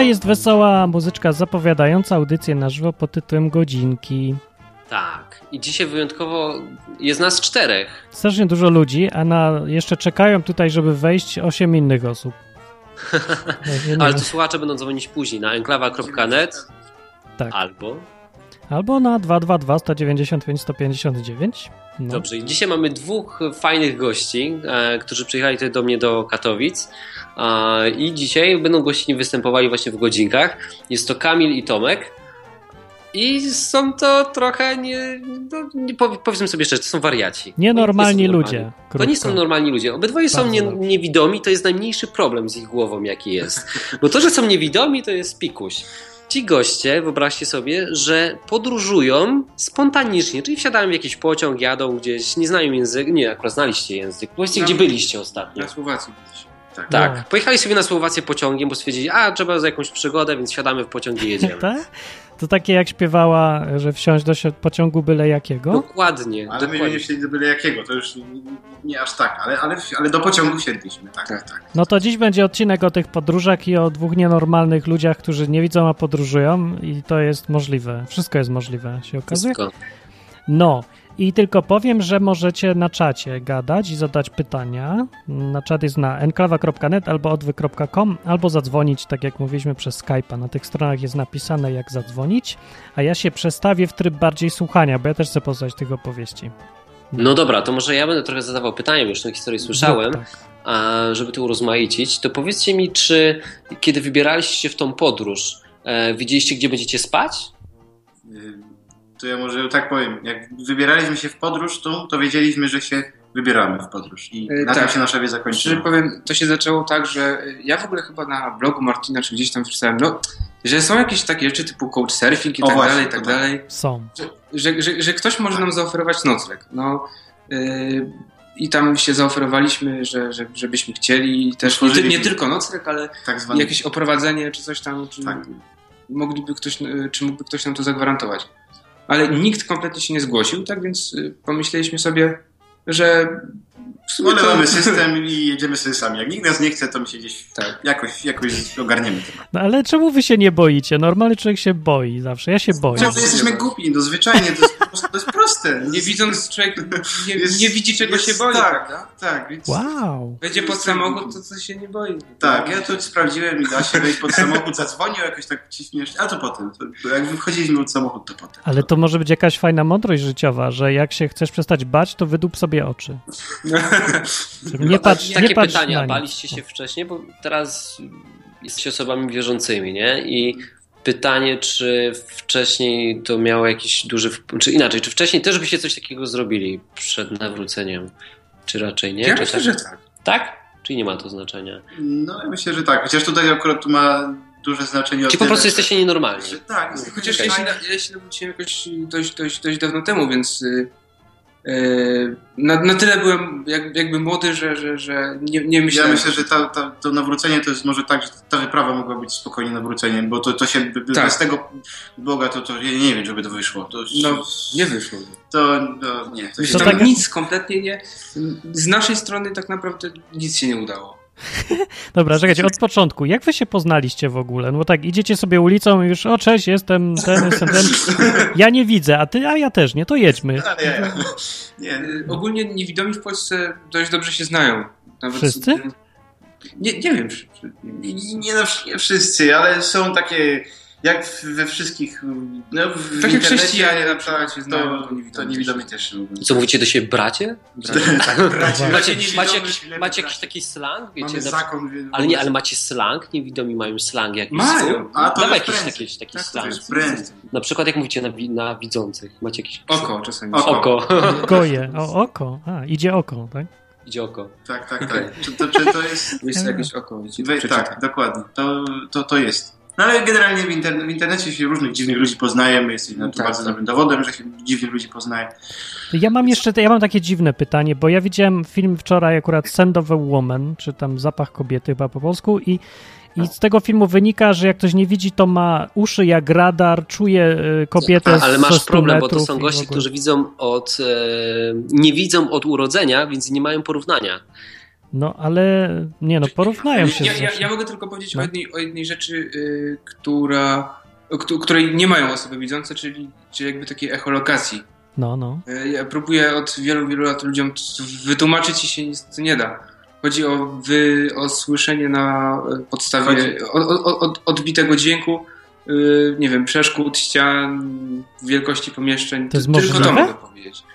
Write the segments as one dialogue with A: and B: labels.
A: jest wesoła muzyczka zapowiadająca audycję na żywo pod tytułem Godzinki.
B: Tak. I dzisiaj wyjątkowo jest nas czterech.
A: Strasznie dużo ludzi, a na, jeszcze czekają tutaj, żeby wejść 8 innych osób. Nie, nie
B: Ale
A: wiem.
B: to słuchacze będą dzwonić później na enklawa.net
A: Tak.
B: albo.
A: Albo na 222 195 159. No.
B: Dobrze. I dzisiaj mamy dwóch fajnych gości, e, którzy przyjechali tutaj do mnie do Katowic. E, I dzisiaj będą gościnni występowali właśnie w godzinkach. Jest to Kamil i Tomek. I są to trochę nie. No, nie powie- powiedzmy sobie szczerze, to są wariaci. Oni
A: Nienormalni
B: nie są
A: ludzie.
B: normalni. To
A: krótko.
B: nie są normalni ludzie. Obydwoje są
A: Bardzo
B: nie,
A: dobrze.
B: niewidomi, to jest najmniejszy problem z ich głową, jaki jest. Bo to, że są niewidomi, to jest pikuś. Ci goście, wyobraźcie sobie, że podróżują spontanicznie, czyli wsiadają w jakiś pociąg, jadą gdzieś, nie znają języka, nie, akurat znaliście język, właściwie gdzie
C: Nawet-
B: byliście ostatnio.
C: Na Słowacji gdzieś. Tak.
B: Tak,
A: No.
B: pojechali sobie na Słowację pociągiem, bo stwierdzili, a trzeba za jakąś przygodę, więc siadamy w pociąg i jedziemy.
A: Tak? To takie jak śpiewała, że wsiąść do si- pociągu byle jakiego.
B: No. Dokładnie,
C: Ale myśmy
B: dokładnie.
C: nie wsiedli do byle jakiego, to już nie, nie, nie aż tak, ale, ale, ale do pociągu wsiedliśmy, tak, tak. tak.
A: No to dziś będzie odcinek o tych podróżach i o dwóch nienormalnych ludziach, którzy nie widzą, a podróżują i to jest możliwe. Wszystko jest możliwe, się okazuje.
B: Wszystko.
A: No i tylko powiem, że możecie na czacie gadać i zadać pytania. Na czat jest na enklawa.net albo odwy.com, albo zadzwonić, tak jak mówiliśmy, przez Skype'a. Na tych stronach jest napisane, jak zadzwonić, a ja się przestawię w tryb bardziej słuchania, bo ja też chcę poznać tych opowieści.
B: No dobra, to może ja będę trochę zadawał pytania, bo już tę historię słyszałem.
A: Zrób tak.
B: a żeby to urozmaicić, to powiedzcie mi, czy kiedy wybieraliście się w tą podróż, e, widzieliście, gdzie będziecie spać?
C: Y, To ja może tak powiem, jak wybieraliśmy się w podróż, to, to wiedzieliśmy, że się wybieramy w podróż i
D: Y,
C: na
D: tak.
C: tym się nasza wiedza
D: Szczerze
C: kończy.
D: powiem, to się zaczęło tak, że y, ja w ogóle chyba na blogu Martina czy gdzieś tam przeczytałem, no, że są jakieś takie rzeczy typu couchsurfing i
C: O
D: tak
C: właśnie,
D: dalej, i
C: to
D: tak
C: tak.
D: dalej,
A: Są.
D: że, że, że ktoś może nam zaoferować nocleg. No, y, I tam się zaoferowaliśmy, że, że, żebyśmy chcieli i też nie, ty, nie
C: Otworzyliśmy.
D: tylko nocleg, ale
C: Tak zwany.
D: jakieś oprowadzenie czy coś tam, czy,
C: Tak.
D: mogliby ktoś, y, czy mógłby ktoś nam to zagwarantować. Ale nikt kompletnie się nie zgłosił, tak więc y, pomyśleliśmy sobie, że w sumie
C: Ale
D: to- znaczy-
C: mamy No, system i jedziemy sobie sami. Jak nikt nas nie chce, to my się gdzieś
D: Tak.
C: jakoś, jakoś ogarniemy temat.
A: No ale czemu wy się nie boicie? Normalny człowiek się boi zawsze. Ja się boję.
C: Czemu jesteśmy głupi? No zwyczajnie, to jest, po prostu- to jest proste.
D: Nie widząc człowiek, nie,
C: Jest-
D: nie widzi czego
C: jest
D: się boi,
C: tak.
D: prawda?
C: Tak, więc...
A: Wow.
D: Wejdzie pod samochód, to co się nie boi.
C: Tak, ja tu sprawdziłem i da się wejść pod samochód, zadzwonił jakoś tak ciśniesz, a to potem. To jak wychodziliśmy od samochodu, to potem.
A: Ale to może być jakaś fajna mądrość życiowa, że jak się chcesz przestać bać, to wydup sobie oczy. Żeby nie
B: No,
A: patrz,
B: takie
A: nie patrz
B: pytania,
A: na nie.
B: baliście się wcześniej, bo teraz jesteście osobami wierzącymi, nie? I pytanie, czy wcześniej to miało jakiś duży wpływ, czy inaczej, czy wcześniej też byście coś takiego zrobili przed nawróceniem, czy raczej nie?
D: Ja
B: czy
D: myślę,
B: tak?
D: że tak.
B: tak? Czy nie ma to znaczenia?
C: No ja myślę, że tak. Chociaż tutaj akurat tu ma duże znaczenie. o
B: Czy po
C: tyle,
B: prostu
C: że-
B: jesteście nienormalni?
C: Że, tak, jest
D: Chociaż
C: jakaś
D: ja się,
C: fajna-
D: ja się nawróciłem jakoś dość, dość, dość dawno temu, więc y, y, na, na tyle byłem jak, jakby młody, że, że, że nie, nie
C: Ja
D: myślałem.
C: myślę, że ta, ta, to nawrócenie to jest może tak, że ta wyprawa mogła być spokojnie nawróceniem, bo to, to się by- by-
D: Tak.
C: bez tego Boga to, to ja nie wiem, żeby to wyszło. To,
D: No, nie wyszło.
C: To, no, nie. To
D: Myślę,
C: się
D: tam
A: tak-
D: nic kompletnie nie... Z naszej strony tak naprawdę nic się nie udało.
A: Dobra, czekajcie, od początku. Jak wy się poznaliście w ogóle? No bo tak, idziecie sobie ulicą i już, o cześć, jestem ten, jestem ten. Ja nie widzę, a ty, a ja też nie, to jedźmy.
C: Ale ja, ja. Nie.
D: Y, Ogólnie niewidomi w Polsce dość dobrze się znają. Nawet
A: Wszyscy?
D: y, Nie, nie wiem. Czy, czy,
C: Nie, nie, na wsz- nie wszyscy, ale są takie, jak w- we wszystkich, no w w
D: Takie
C: internecie,
D: chrześcijanie na
C: tak,
D: przykład się znają,
C: to,
D: to niewidomi
C: to niewidomi też się mogą.
B: Co mówicie do siebie, bracie?
C: Bracie,
B: Tak, Macie,
C: niewidomi,
B: macie, jakiś, macie
C: lepiej bracie.
B: jakiś taki slang? Wiecie,
C: Mamy
B: na-
C: zakon, wie-
B: Ale nie, ale macie slang? Niewidomi mają slang jakiś.
D: Mają.
C: A, to
B: Dawaj
C: jest
B: jakiś
C: prędzej.
B: taki, taki
C: Tak, to
B: slang.
C: jest prędzej.
B: Na przykład jak mówicie na, wi- na widzących, macie jakiś
D: Oko czasami.
C: Oko.
B: oko.
A: Goje, o oko. A, idzie oko, tak?
B: Idzie oko.
C: Tak, tak, tak. Czy to, czy to jest...
D: Jest jakieś oko. i ci
C: We,
D: przeczyta.
C: tak, dokładnie. To, to, to jest. No ale generalnie w, interne, w internecie się różnych dziwnych ludzi poznajemy. Jesteś na to
D: Tak,
C: bardzo
D: tak.
C: dobrym dowodem, że się dziwnych ludzi poznaje.
A: Ja mam jeszcze, ja mam takie dziwne pytanie, bo ja widziałem film wczoraj akurat Send of a Woman, czy tam Zapach Kobiety chyba po polsku i, i z tego filmu wynika, że jak ktoś nie widzi, to ma uszy jak radar, czuje y, kobietę
B: A, ale
A: z ze
B: masz
A: 100
B: problem, bo to
A: metrów
B: są
A: i w
B: goście,
A: ogóle.
B: którzy widzą od. E, nie widzą od urodzenia, więc nie mają porównania.
A: No ale nie no, porównają się.
D: Ja,
A: z
D: ja,
A: zawsze.
D: ja mogę tylko powiedzieć
A: No.
D: o, jednej, o jednej rzeczy, y, która, o któ- której nie mają osoby widzące, czyli, czyli jakby takiej echolokacji.
A: No, no.
D: Y, Ja próbuję od wielu, wielu lat ludziom t- wytłumaczyć i się nic to nie da. Chodzi o, wy, o słyszenie na y, podstawie o, o, od, odbitego dźwięku, y, nie wiem, przeszkód, ścian, wielkości pomieszczeń.
A: To jest
D: Tylko to
A: możliwe?
D: mogę powiedzieć.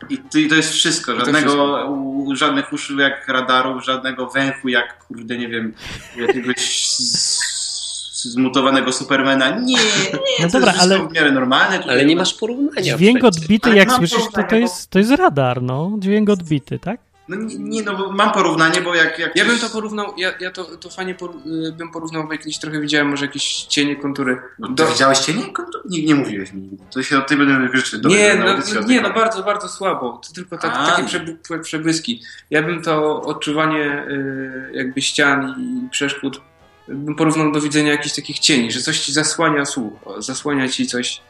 C: I, ty- to jest wszystko.
D: to
C: Żadnego,
D: wszystko.
C: u- żadnych uszu jak radarów, żadnego węchu jak, kurde, nie wiem, jakiegoś z, z- zmutowanego Supermana. Nie, nie,
A: No
C: to
A: dobra,
C: jest wszystko
A: ale-
C: w miarę normalne. Tutaj
B: Ale nie masz porównania.
A: Dźwięk
B: przecież.
A: odbity,
C: Ale
A: jak
C: mam
A: słyszysz, to, to,
C: porównanie,
A: jest, to jest radar, no. Dźwięk odbity, tak?
C: No nie, nie, no bo mam porównanie, bo jak... jak
D: Ja bym
C: coś-
D: to porównał, ja, ja to, to fajnie por, y, bym porównał, bo jakieś trochę widziałem może jakieś cienie, kontury.
C: No,
D: Do-
C: to widziałeś cię? Nie, nie, nie mówiłeś mi. nigdy. To się o tym będę życzył.
D: nie, no, nie, no bardzo, bardzo słabo. To tylko tak,
C: A.
D: takie przebły, przebłyski. Ja bym to odczuwanie y, jakby ścian i przeszkód bym porównał do widzenia jakichś takich cieni, że coś ci zasłania słuch, o, zasłania ci coś.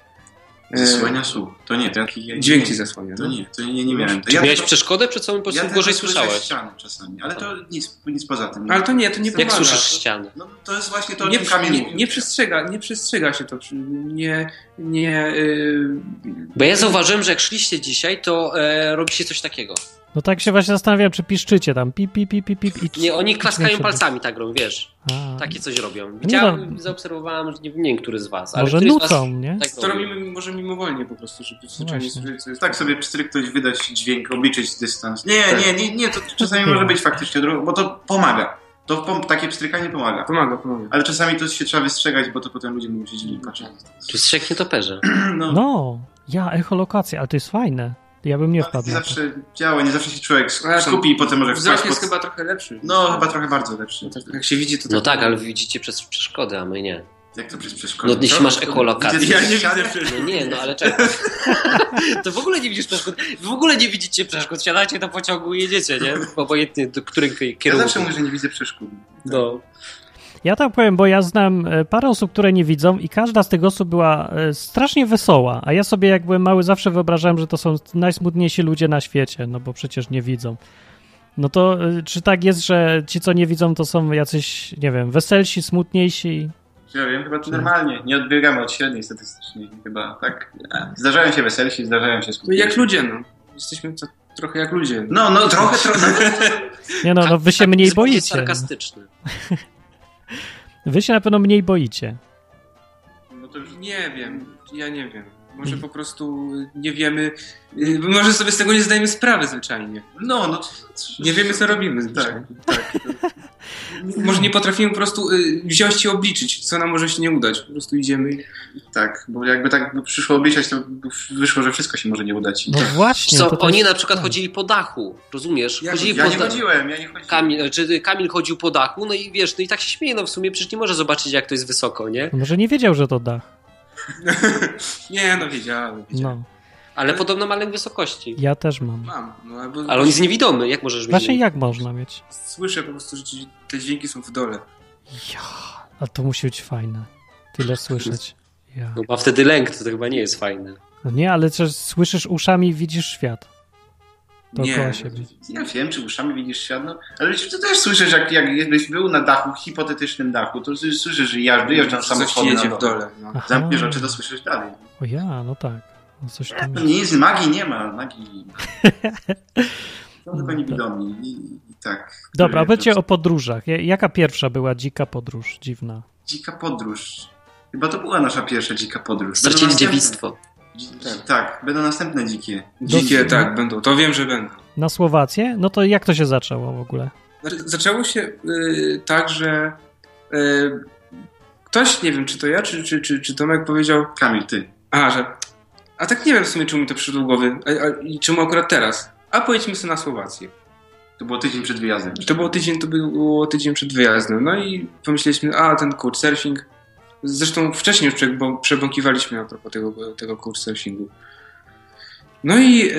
D: y,
C: Zasłania słuch. To nie, to jaki... ja-
D: Dźwięk
C: nie,
D: ci zasłania.
C: To
D: no.
C: nie, to nie, nie miałem. To
B: Czy miałeś
C: tylko-
B: przeszkodę, przed samym po prostu
C: tylko
B: gorzej
C: słyszę
B: słyszałeś?
C: ściany czasami, ale to nic, nic poza tym.
D: Tak. Ale to nie, to nie
B: Jak
D: pomaga.
B: słyszysz
D: To-
B: ścianę?
C: No, to jest właśnie to, o
D: nie,
C: czym Kamil
D: nie,
C: mówił.
D: nie, przestrzega, nie przestrzega się to. przy- Nie, nie, y,
B: Bo ja zauważyłem, że jak szliście dzisiaj, to e, robi się coś takiego.
A: No tak się właśnie zastanawiam, czy piszczycie tam pi, pi, pi, pi, pi. pi
B: Nie, oni klaskają
A: dźwięk
B: palcami tak robią, wiesz.
A: A,
B: Takie coś robią.
A: No Nie
B: Widziałem, zaobserwowałem, że nie wiem, który z was, ale
A: Może
B: który z was
A: nucą, nie?
B: tak
D: To
B: robi.
D: robimy może mimowolnie po prostu, żeby zwyczajnie
A: właśnie.
D: słyszeć, co jest.
C: Tak sobie pstryknąć, wydać dźwięk, obliczyć dystans. Nie, nie, nie, nie, to czasami
A: Nie.
C: może być faktycznie drogo, bo to pomaga. To pom- takie pstrykanie pomaga.
D: Pomaga, pomaga.
C: Ale czasami to się trzeba wystrzegać, bo to potem ludzie mówią, że dziwnie patrzą.
B: Tu strzeknie to perze.
C: No,
A: No, ja, echolokacja, ale to jest fajne. Ja bym nie
C: nie
A: wpadł. na to.
C: zawsze działa, nie zawsze się człowiek sk-
D: Ale to-
C: skupi i potem może
D: Wzrok
C: wpaść
D: jest
C: pod...
D: chyba trochę lepszy.
C: No, chyba trochę bardzo lepszy.
D: Tak, jak się widzi, to
B: No tak, ale wy widzicie przez przeszkodę, a my nie.
C: Jak to przez
B: No
C: przeszkodę?
B: jeśli masz echolokację.
C: Widzę- ja nie
D: Ścianę?
C: widzę
B: No nie, no ale czekaj. To w ogóle nie widzisz przeszkód. W ogóle nie widzicie przeszkód. Siadacie do pociągu i jedziecie, nie? Obojętnie do którym
C: Ja
B: kierunku.
C: zawsze mówię, że nie widzę przeszkód.
B: No.
A: Ja tak powiem, bo ja znam e, parę osób, które nie widzą i każda z tych osób była e, strasznie wesoła, a ja sobie jak byłem mały zawsze wyobrażałem, że to są najsmutniejsi ludzie na świecie, no bo przecież nie widzą. No to e, czy tak jest, że ci, co nie widzą, to są jacyś, nie wiem, weselsi, smutniejsi?
C: Ja wiem, chyba to normalnie. Nie odbiegamy od średniej statystycznej, chyba, tak? Zdarzają się weselsi, zdarzają się
D: No
C: smutni.
D: jak ludzie, no. Jesteśmy to trochę jak ludzie. No.
C: No, no, trochę, trochę.
A: Nie no, no wy się
B: Tak,
A: mniej
B: zupełnie
A: boicie.
B: sarkastyczny.
A: Wy się na pewno mniej boicie.
C: No to już...
D: Nie wiem, ja nie wiem. Może po prostu nie wiemy, y, może sobie z tego nie zdajemy sprawy zwyczajnie.
C: No, no.
D: Nie wiemy, co robimy
C: tak.
D: zwyczajnie. Może nie potrafimy po prostu y, wziąć i obliczyć, co nam może się nie udać. Po prostu idziemy i...
C: Tak, bo jakby tak by przyszło obliczać, to by wyszło, że wszystko się może nie udać.
A: No właśnie.
B: Co,
A: to też-
B: oni na przykład
A: tak.
B: chodzili po dachu, rozumiesz?
D: Ja-
B: Chodzili
C: Ja
B: po
C: nie
B: da-
C: chodziłem, ja nie chodziłem.
B: Kamil, czy Kamil chodził po dachu, no i wiesz, no i tak się śmieje, no w sumie przecież nie może zobaczyć, jak to jest wysoko, nie?
A: Może nie wiedział, że to dach.
D: Nie, no wiedziałem, wiedziałem.
A: No,
B: Ale podobno ma lęk wysokości.
A: ja też mam.
D: Mam, no albo...
B: Ale on jest niewidomy, jak możesz mieć?
A: Właśnie
B: lęk?
A: jak można mieć?
D: Słyszę po prostu, że ci- te dźwięki są w dole.
A: Ja, a to musi być fajne. Tyle słyszeć. Ja.
B: No ma wtedy lęk, to, to chyba nie jest fajne.
D: Znaczy,
A: No nie, ale też słyszysz uszami i widzisz świat. Dookoła
D: Nie.
A: siebie.
C: Ja wiem, czy uszami widzisz świat, no, ale czy ty też słyszysz, jak, jak jakbyś był na dachu, hipotetycznym dachu, to słyszysz, że ja wyjeżdżam
D: No, Coś
C: samochodem.
D: jedzie w dole, no.
A: Aha.
C: Zamkniesz oczy, to słyszysz dalej.
A: O ja, no tak. No coś tam
C: No
A: jest.
C: nic, magii nie ma, magii. Są tylko
A: No,
C: niewidomi. I, i tak.
A: Dobra, a
C: Który-
A: powiedzcie o podróżach. Ja- Jaka pierwsza była dzika podróż? Dziwna.
C: Dzika podróż. Chyba to była nasza pierwsza dzika podróż.
B: Stracili
C: Będą
B: dziewictwo.
C: następne. Dzi- Tak, będą następne dzikie.
D: Dzikie, tak, będą. To wiem, że będą.
A: Na Słowację? No to jak to się zaczęło w ogóle?
D: Znaczy, Zaczęło się y, tak, że y, ktoś, nie wiem, czy to ja, czy, czy, czy, czy Tomek powiedział,
C: Kamil, ty.
D: a, że, a tak nie wiem w sumie, czemu mi to przyszło do głowy, a, a, i czemu akurat teraz. A pojedźmy sobie na Słowację.
C: To było tydzień przed wyjazdem.
D: To było tydzień, to było tydzień przed wyjazdem. No i pomyśleliśmy, a ten couchsurfing. Zresztą wcześniej już przebą- przebąkiwaliśmy a propos tego, tego couchsurfingu. No i, e,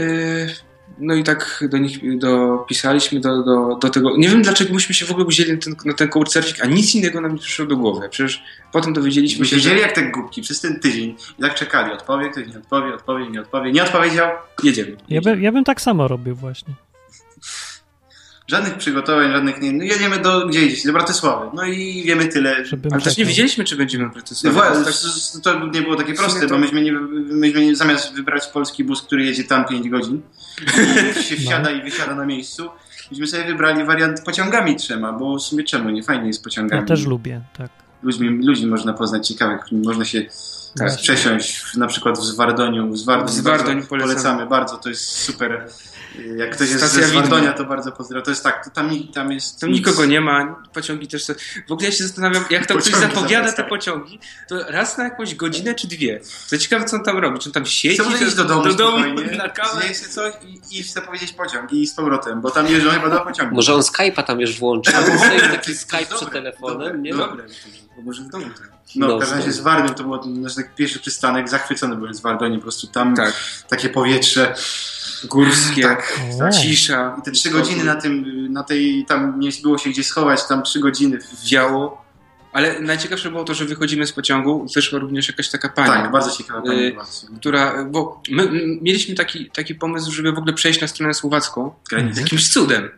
D: no i tak do nich dopisaliśmy do, do, do tego. Nie wiem dlaczego myśmy się w ogóle wzięli na ten, na ten couchsurfing, a nic innego nam nie przyszło do głowy. Przecież potem dowiedzieliśmy
C: Myśmy
D: się,
C: siedzieli
D: że
C: jak te głupki przez ten tydzień i tak czekali. Odpowie, ktoś nie odpowie, odpowie, nie odpowie. Nie odpowiedział.
D: jedziemy.
A: Ja, by, ja bym tak samo robił właśnie.
C: Żadnych przygotowań, żadnych nie. No jedziemy do gdzie idziecie? Do Bratysławy. No i wiemy tyle.
A: Żeby
D: Ale też nie
A: czekał.
D: wiedzieliśmy, czy będziemy w
C: No
D: Bratysławie.
C: właśnie,
D: Tak,
C: to- to nie było takie
D: W sumie
C: proste,
D: to-
C: bo myśmy, nie, myśmy nie, zamiast wybrać polski bus, który jedzie tam 5 godzin, i
D: No.
C: się wsiada i wysiada na miejscu, myśmy sobie wybrali wariant pociągami trzema, bo w sumie czemu nie? Fajnie jest pociągami.
A: Ja też lubię, tak.
C: ludźmi, ludzi można poznać ciekawych, można się
D: Tak.
C: przesiąść w, na przykład w Zwardoniu. W Zwardoniu,
D: W Zwardoń
C: bardzo
D: polecamy.
C: bardzo, to jest super. Jak ktoś jest
D: Stacja
C: ze Zwardonia,
D: widma.
C: to bardzo pozdrawiam. To jest tak, to tam, ni- tam jest...
D: Tam
C: nic.
D: nikogo nie ma, pociągi też są. W ogóle ja się zastanawiam, jak to ktoś
C: Pociągi
D: zapowiada te
C: zawracają.
D: pociągi, to raz na jakąś godzinę czy dwie. To ciekawe, co on tam robi. Czy on tam siedzi?
C: Chce może
D: czy-
C: iść do domu,
D: do domu
C: spokojnie,
D: na kawę.
C: zjeść sobie coś i, i chce powiedzieć pociąg i z powrotem, bo tam jeżdżą chyba dwa pociągi.
B: Może on Skype'a tam już
D: No,
B: włączył, albo sobie taki Skype
C: Dobre,
B: przed telefonem,
C: dobre,
B: nie?
C: dobre.
D: Bo może No, w domu tak.
C: No, w
B: Dobrze.
C: każdym razie z Warnią to był nasz taki tak pierwszy przystanek, zachwycony byłem z Wardonii, po prostu tam
D: Tak,
C: takie powietrze,
D: górskie,
A: O.
D: Tak. cisza.
C: I te trzy godziny na tym, na tej, tam nie było się gdzie schować, tam trzy godziny.
D: wiało. Ale najciekawsze było to, że wychodzimy z pociągu, wyszła również jakaś taka pani.
C: Tak, bardzo ciekawa pani
D: Y,
C: była.
D: która, bo my m, mieliśmy taki, taki pomysł, żeby w ogóle przejść na stronę słowacką
C: Granicy.
D: jakimś cudem,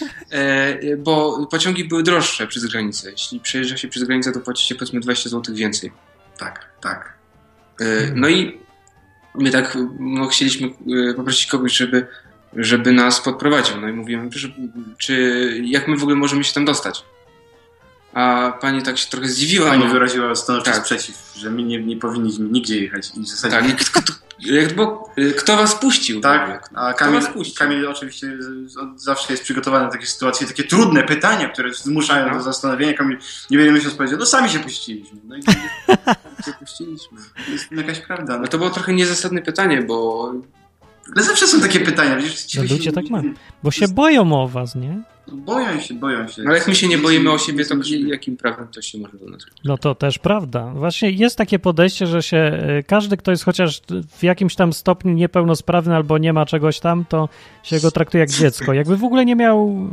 D: e, e, bo pociągi były droższe przez granicę. Jeśli przejeżdża się przez granicę, to płacicie powiedzmy 20 zł więcej.
C: Tak, tak.
D: E, No i my tak no, chcieliśmy e, poprosić kogoś, żeby, żeby nas podprowadził. No i mówimy, proszę, czy jak my w ogóle możemy się tam dostać? A pani tak się trochę zdziwiła.
C: Pani
D: no.
C: wyraziła stanowczy
D: Tak.
C: sprzeciw, że my nie, nie powinniśmy nigdzie jechać i w zasadzie...
D: Tak, kto, kto, jak, bo, e, kto was puścił? w ogóle?
C: Tak, a Kamil,
D: was puścił?
C: Kamil oczywiście z- od- zawsze jest przygotowany na takie sytuacje, takie trudne pytania, które zmuszają
D: No.
C: do zastanowienia. Kamil niewiele myśląc powiedział, no sami się puściliśmy. No i
D: Gdzie puściliśmy?
C: jest jakaś prawda. No.
D: No to było trochę niezasadne pytanie, bo
C: Ale zawsze są takie pytania, wiesz, ci
A: No
C: ludzie
A: ludzie tak mają. Bo się
C: jest-
A: boją o was, nie?
C: Boją się, boją się.
D: no, ale jak my się nie
C: Dzieci-
D: boimy o siebie, to
C: dzieci-
D: jakim prawem to się może do nas?
A: No to też prawda. Właśnie jest takie podejście, że się e, każdy, kto jest chociaż w jakimś tam stopniu niepełnosprawny albo nie ma czegoś tam, to się go traktuje jak dziecko. Jakby w ogóle nie miał.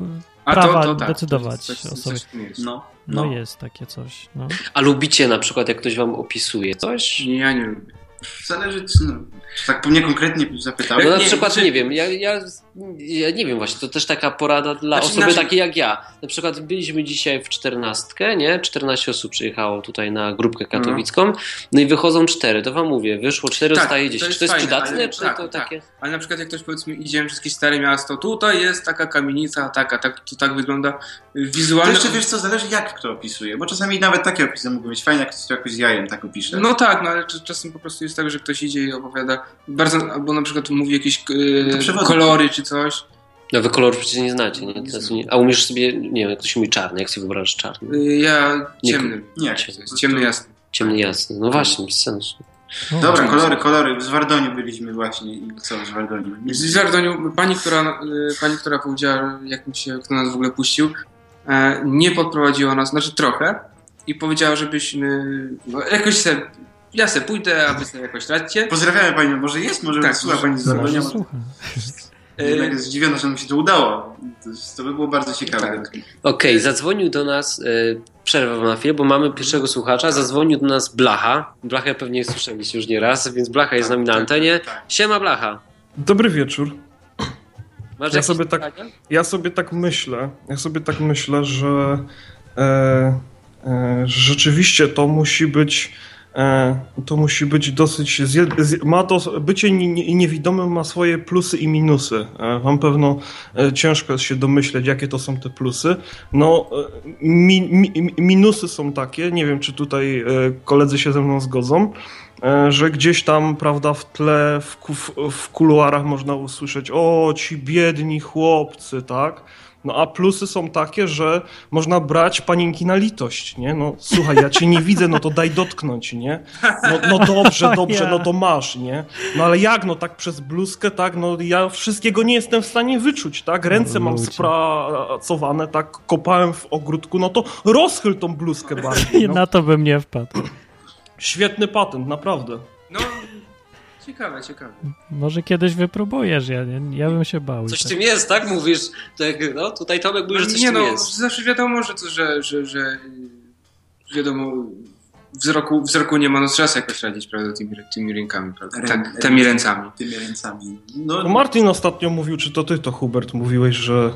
A: no Prawa decydować
D: to jest
A: o sobie.
D: coś nie jest.
C: No,
A: No,
C: no.
A: jest takie coś. No.
B: A lubicie na przykład, jak ktoś wam opisuje coś?
D: Nie, ja nie lubię.
C: Zależy, czy- no, tak mnie konkretnie zapytałem.
B: No na
D: nie, znaczy-
B: przykład,
D: czy-
B: nie wiem, ja, ja, ja nie wiem właśnie, to też taka porada dla
D: Znaczy,
B: osoby
D: inaczej-
B: takiej jak ja. Na przykład byliśmy dzisiaj w czternastkę, nie? 14 osób przyjechało tutaj na grupkę
D: Mhm.
B: katowicką, no i wychodzą cztery, to wam mówię, wyszło cztery,
D: Tak,
B: zostaje
D: to
B: dziesięć.
D: jest
B: Czy to jest
D: fajne, ale-
B: przydatne, czy
D: tak,
B: to
D: tak.
B: takie...
D: Ale na przykład jak ktoś powiedzmy idzie przez jakieś stare miasto, tutaj jest taka kamienica, taka, tak, to tak wygląda
C: To
D: wizualnie.
C: jeszcze wiesz co, zależy jak kto opisuje, bo czasami nawet takie opisy mogą być fajne, jak ktoś to jakoś z jajem tak opisze.
D: No tak, no ale cz- czasem po prostu jest tak, że ktoś idzie i opowiada bardzo, albo na przykład mówi jakieś
C: To
D: e,
C: przewodnik.
D: kolory czy coś.
B: No wy kolor przecież nie znacie, nie?
D: Nie
B: Teraz
D: znam.
B: nie- A umiesz sobie, nie wiem, jak ktoś mówi czarny, jak sobie wyobrażasz czarny?
D: E, ja ciemny.
C: nie,
B: Ciemny.
C: po prostu-
D: Ciemny jasny.
B: Ciemny jasny, no właśnie, bez sensu.
A: No,
C: Dobra,
D: Ciemny.
C: kolory, kolory. W Zwardoniu byliśmy właśnie i co w Zwardoniu?
D: W Zwardoniu pani, która, y, pani, która powiedziała, jak mi się, kto nas w ogóle puścił, e, nie podprowadziła nas, znaczy trochę, i powiedziała, żebyśmy no, jakoś se, ja se pójdę, a wy se jakoś radźcie.
C: Pozdrawiamy Panią, może jest, może
D: Tak,
C: słucha
D: może-
C: Pani z
A: Może
C: Wardonia. bo-
A: słucham.
C: Jednak
D: E,
C: jest zdziwiona, że nam się to udało. To, to by było bardzo ciekawe.
D: Tak.
B: Okej, zadzwonił do nas, y, przerwę wam na chwilę, bo mamy pierwszego słuchacza, zadzwonił do nas Blacha. Blachę pewnie słyszeliście już nie raz, więc Blacha jest z nami na
D: tak,
B: antenie.
C: tak.
B: Siema Blacha.
E: Dobry wieczór.
B: Masz
E: Ja
B: jakieś
E: sobie tak-
B: pytania?
E: Ja sobie tak myślę, ja sobie tak myślę, że e, e, że rzeczywiście to musi być e, to musi być dosyć zje- z, ma to, bycie ni- ni- niewidomym ma swoje plusy i minusy. E, wam pewno e, ciężko jest się domyśleć, jakie to są te plusy. No, e, mi, mi, mi- minusy są takie, nie wiem, czy tutaj e, koledzy się ze mną zgodzą, e, że gdzieś tam, prawda, w tle, w, ku- w, w kuluarach można usłyszeć, o, ci biedni chłopcy, tak? No a plusy są takie, że można brać panienki na litość, nie? No słuchaj, ja cię nie widzę, no to daj dotknąć, nie? No, no dobrze, dobrze, no to masz, nie? No ale jak, no tak przez bluzkę, tak? No ja wszystkiego nie jestem w stanie wyczuć, tak? Ręce mam
A: Ludzie.
E: spracowane, tak? Kopałem w ogródku, no to rozchyl tą bluzkę bardziej, no.
A: Na to bym nie wpadł.
E: Świetny patent, naprawdę.
D: no, ciekawe, ciekawe.
A: Może kiedyś wypróbujesz, ja, nie- ja bym się bał. i
B: Coś w
A: tak.
B: tym jest, tak? Mówisz, tak, no tutaj Tomek mówi, że coś w
D: nie
B: tym
D: no,
B: jest.
D: zawsze wiadomo, że, to, że, że, że y, wiadomo, wzroku, wzroku nie ma, no trzeba sobie jakoś radzić, prawda, tymi, tymi rękami, prawda,
C: Rę-
D: Ta, tymi ręcami.
C: Tymi tak. ręcami. No,
E: No Martin ostatnio mówił, czy to ty to Hubert mówiłeś, że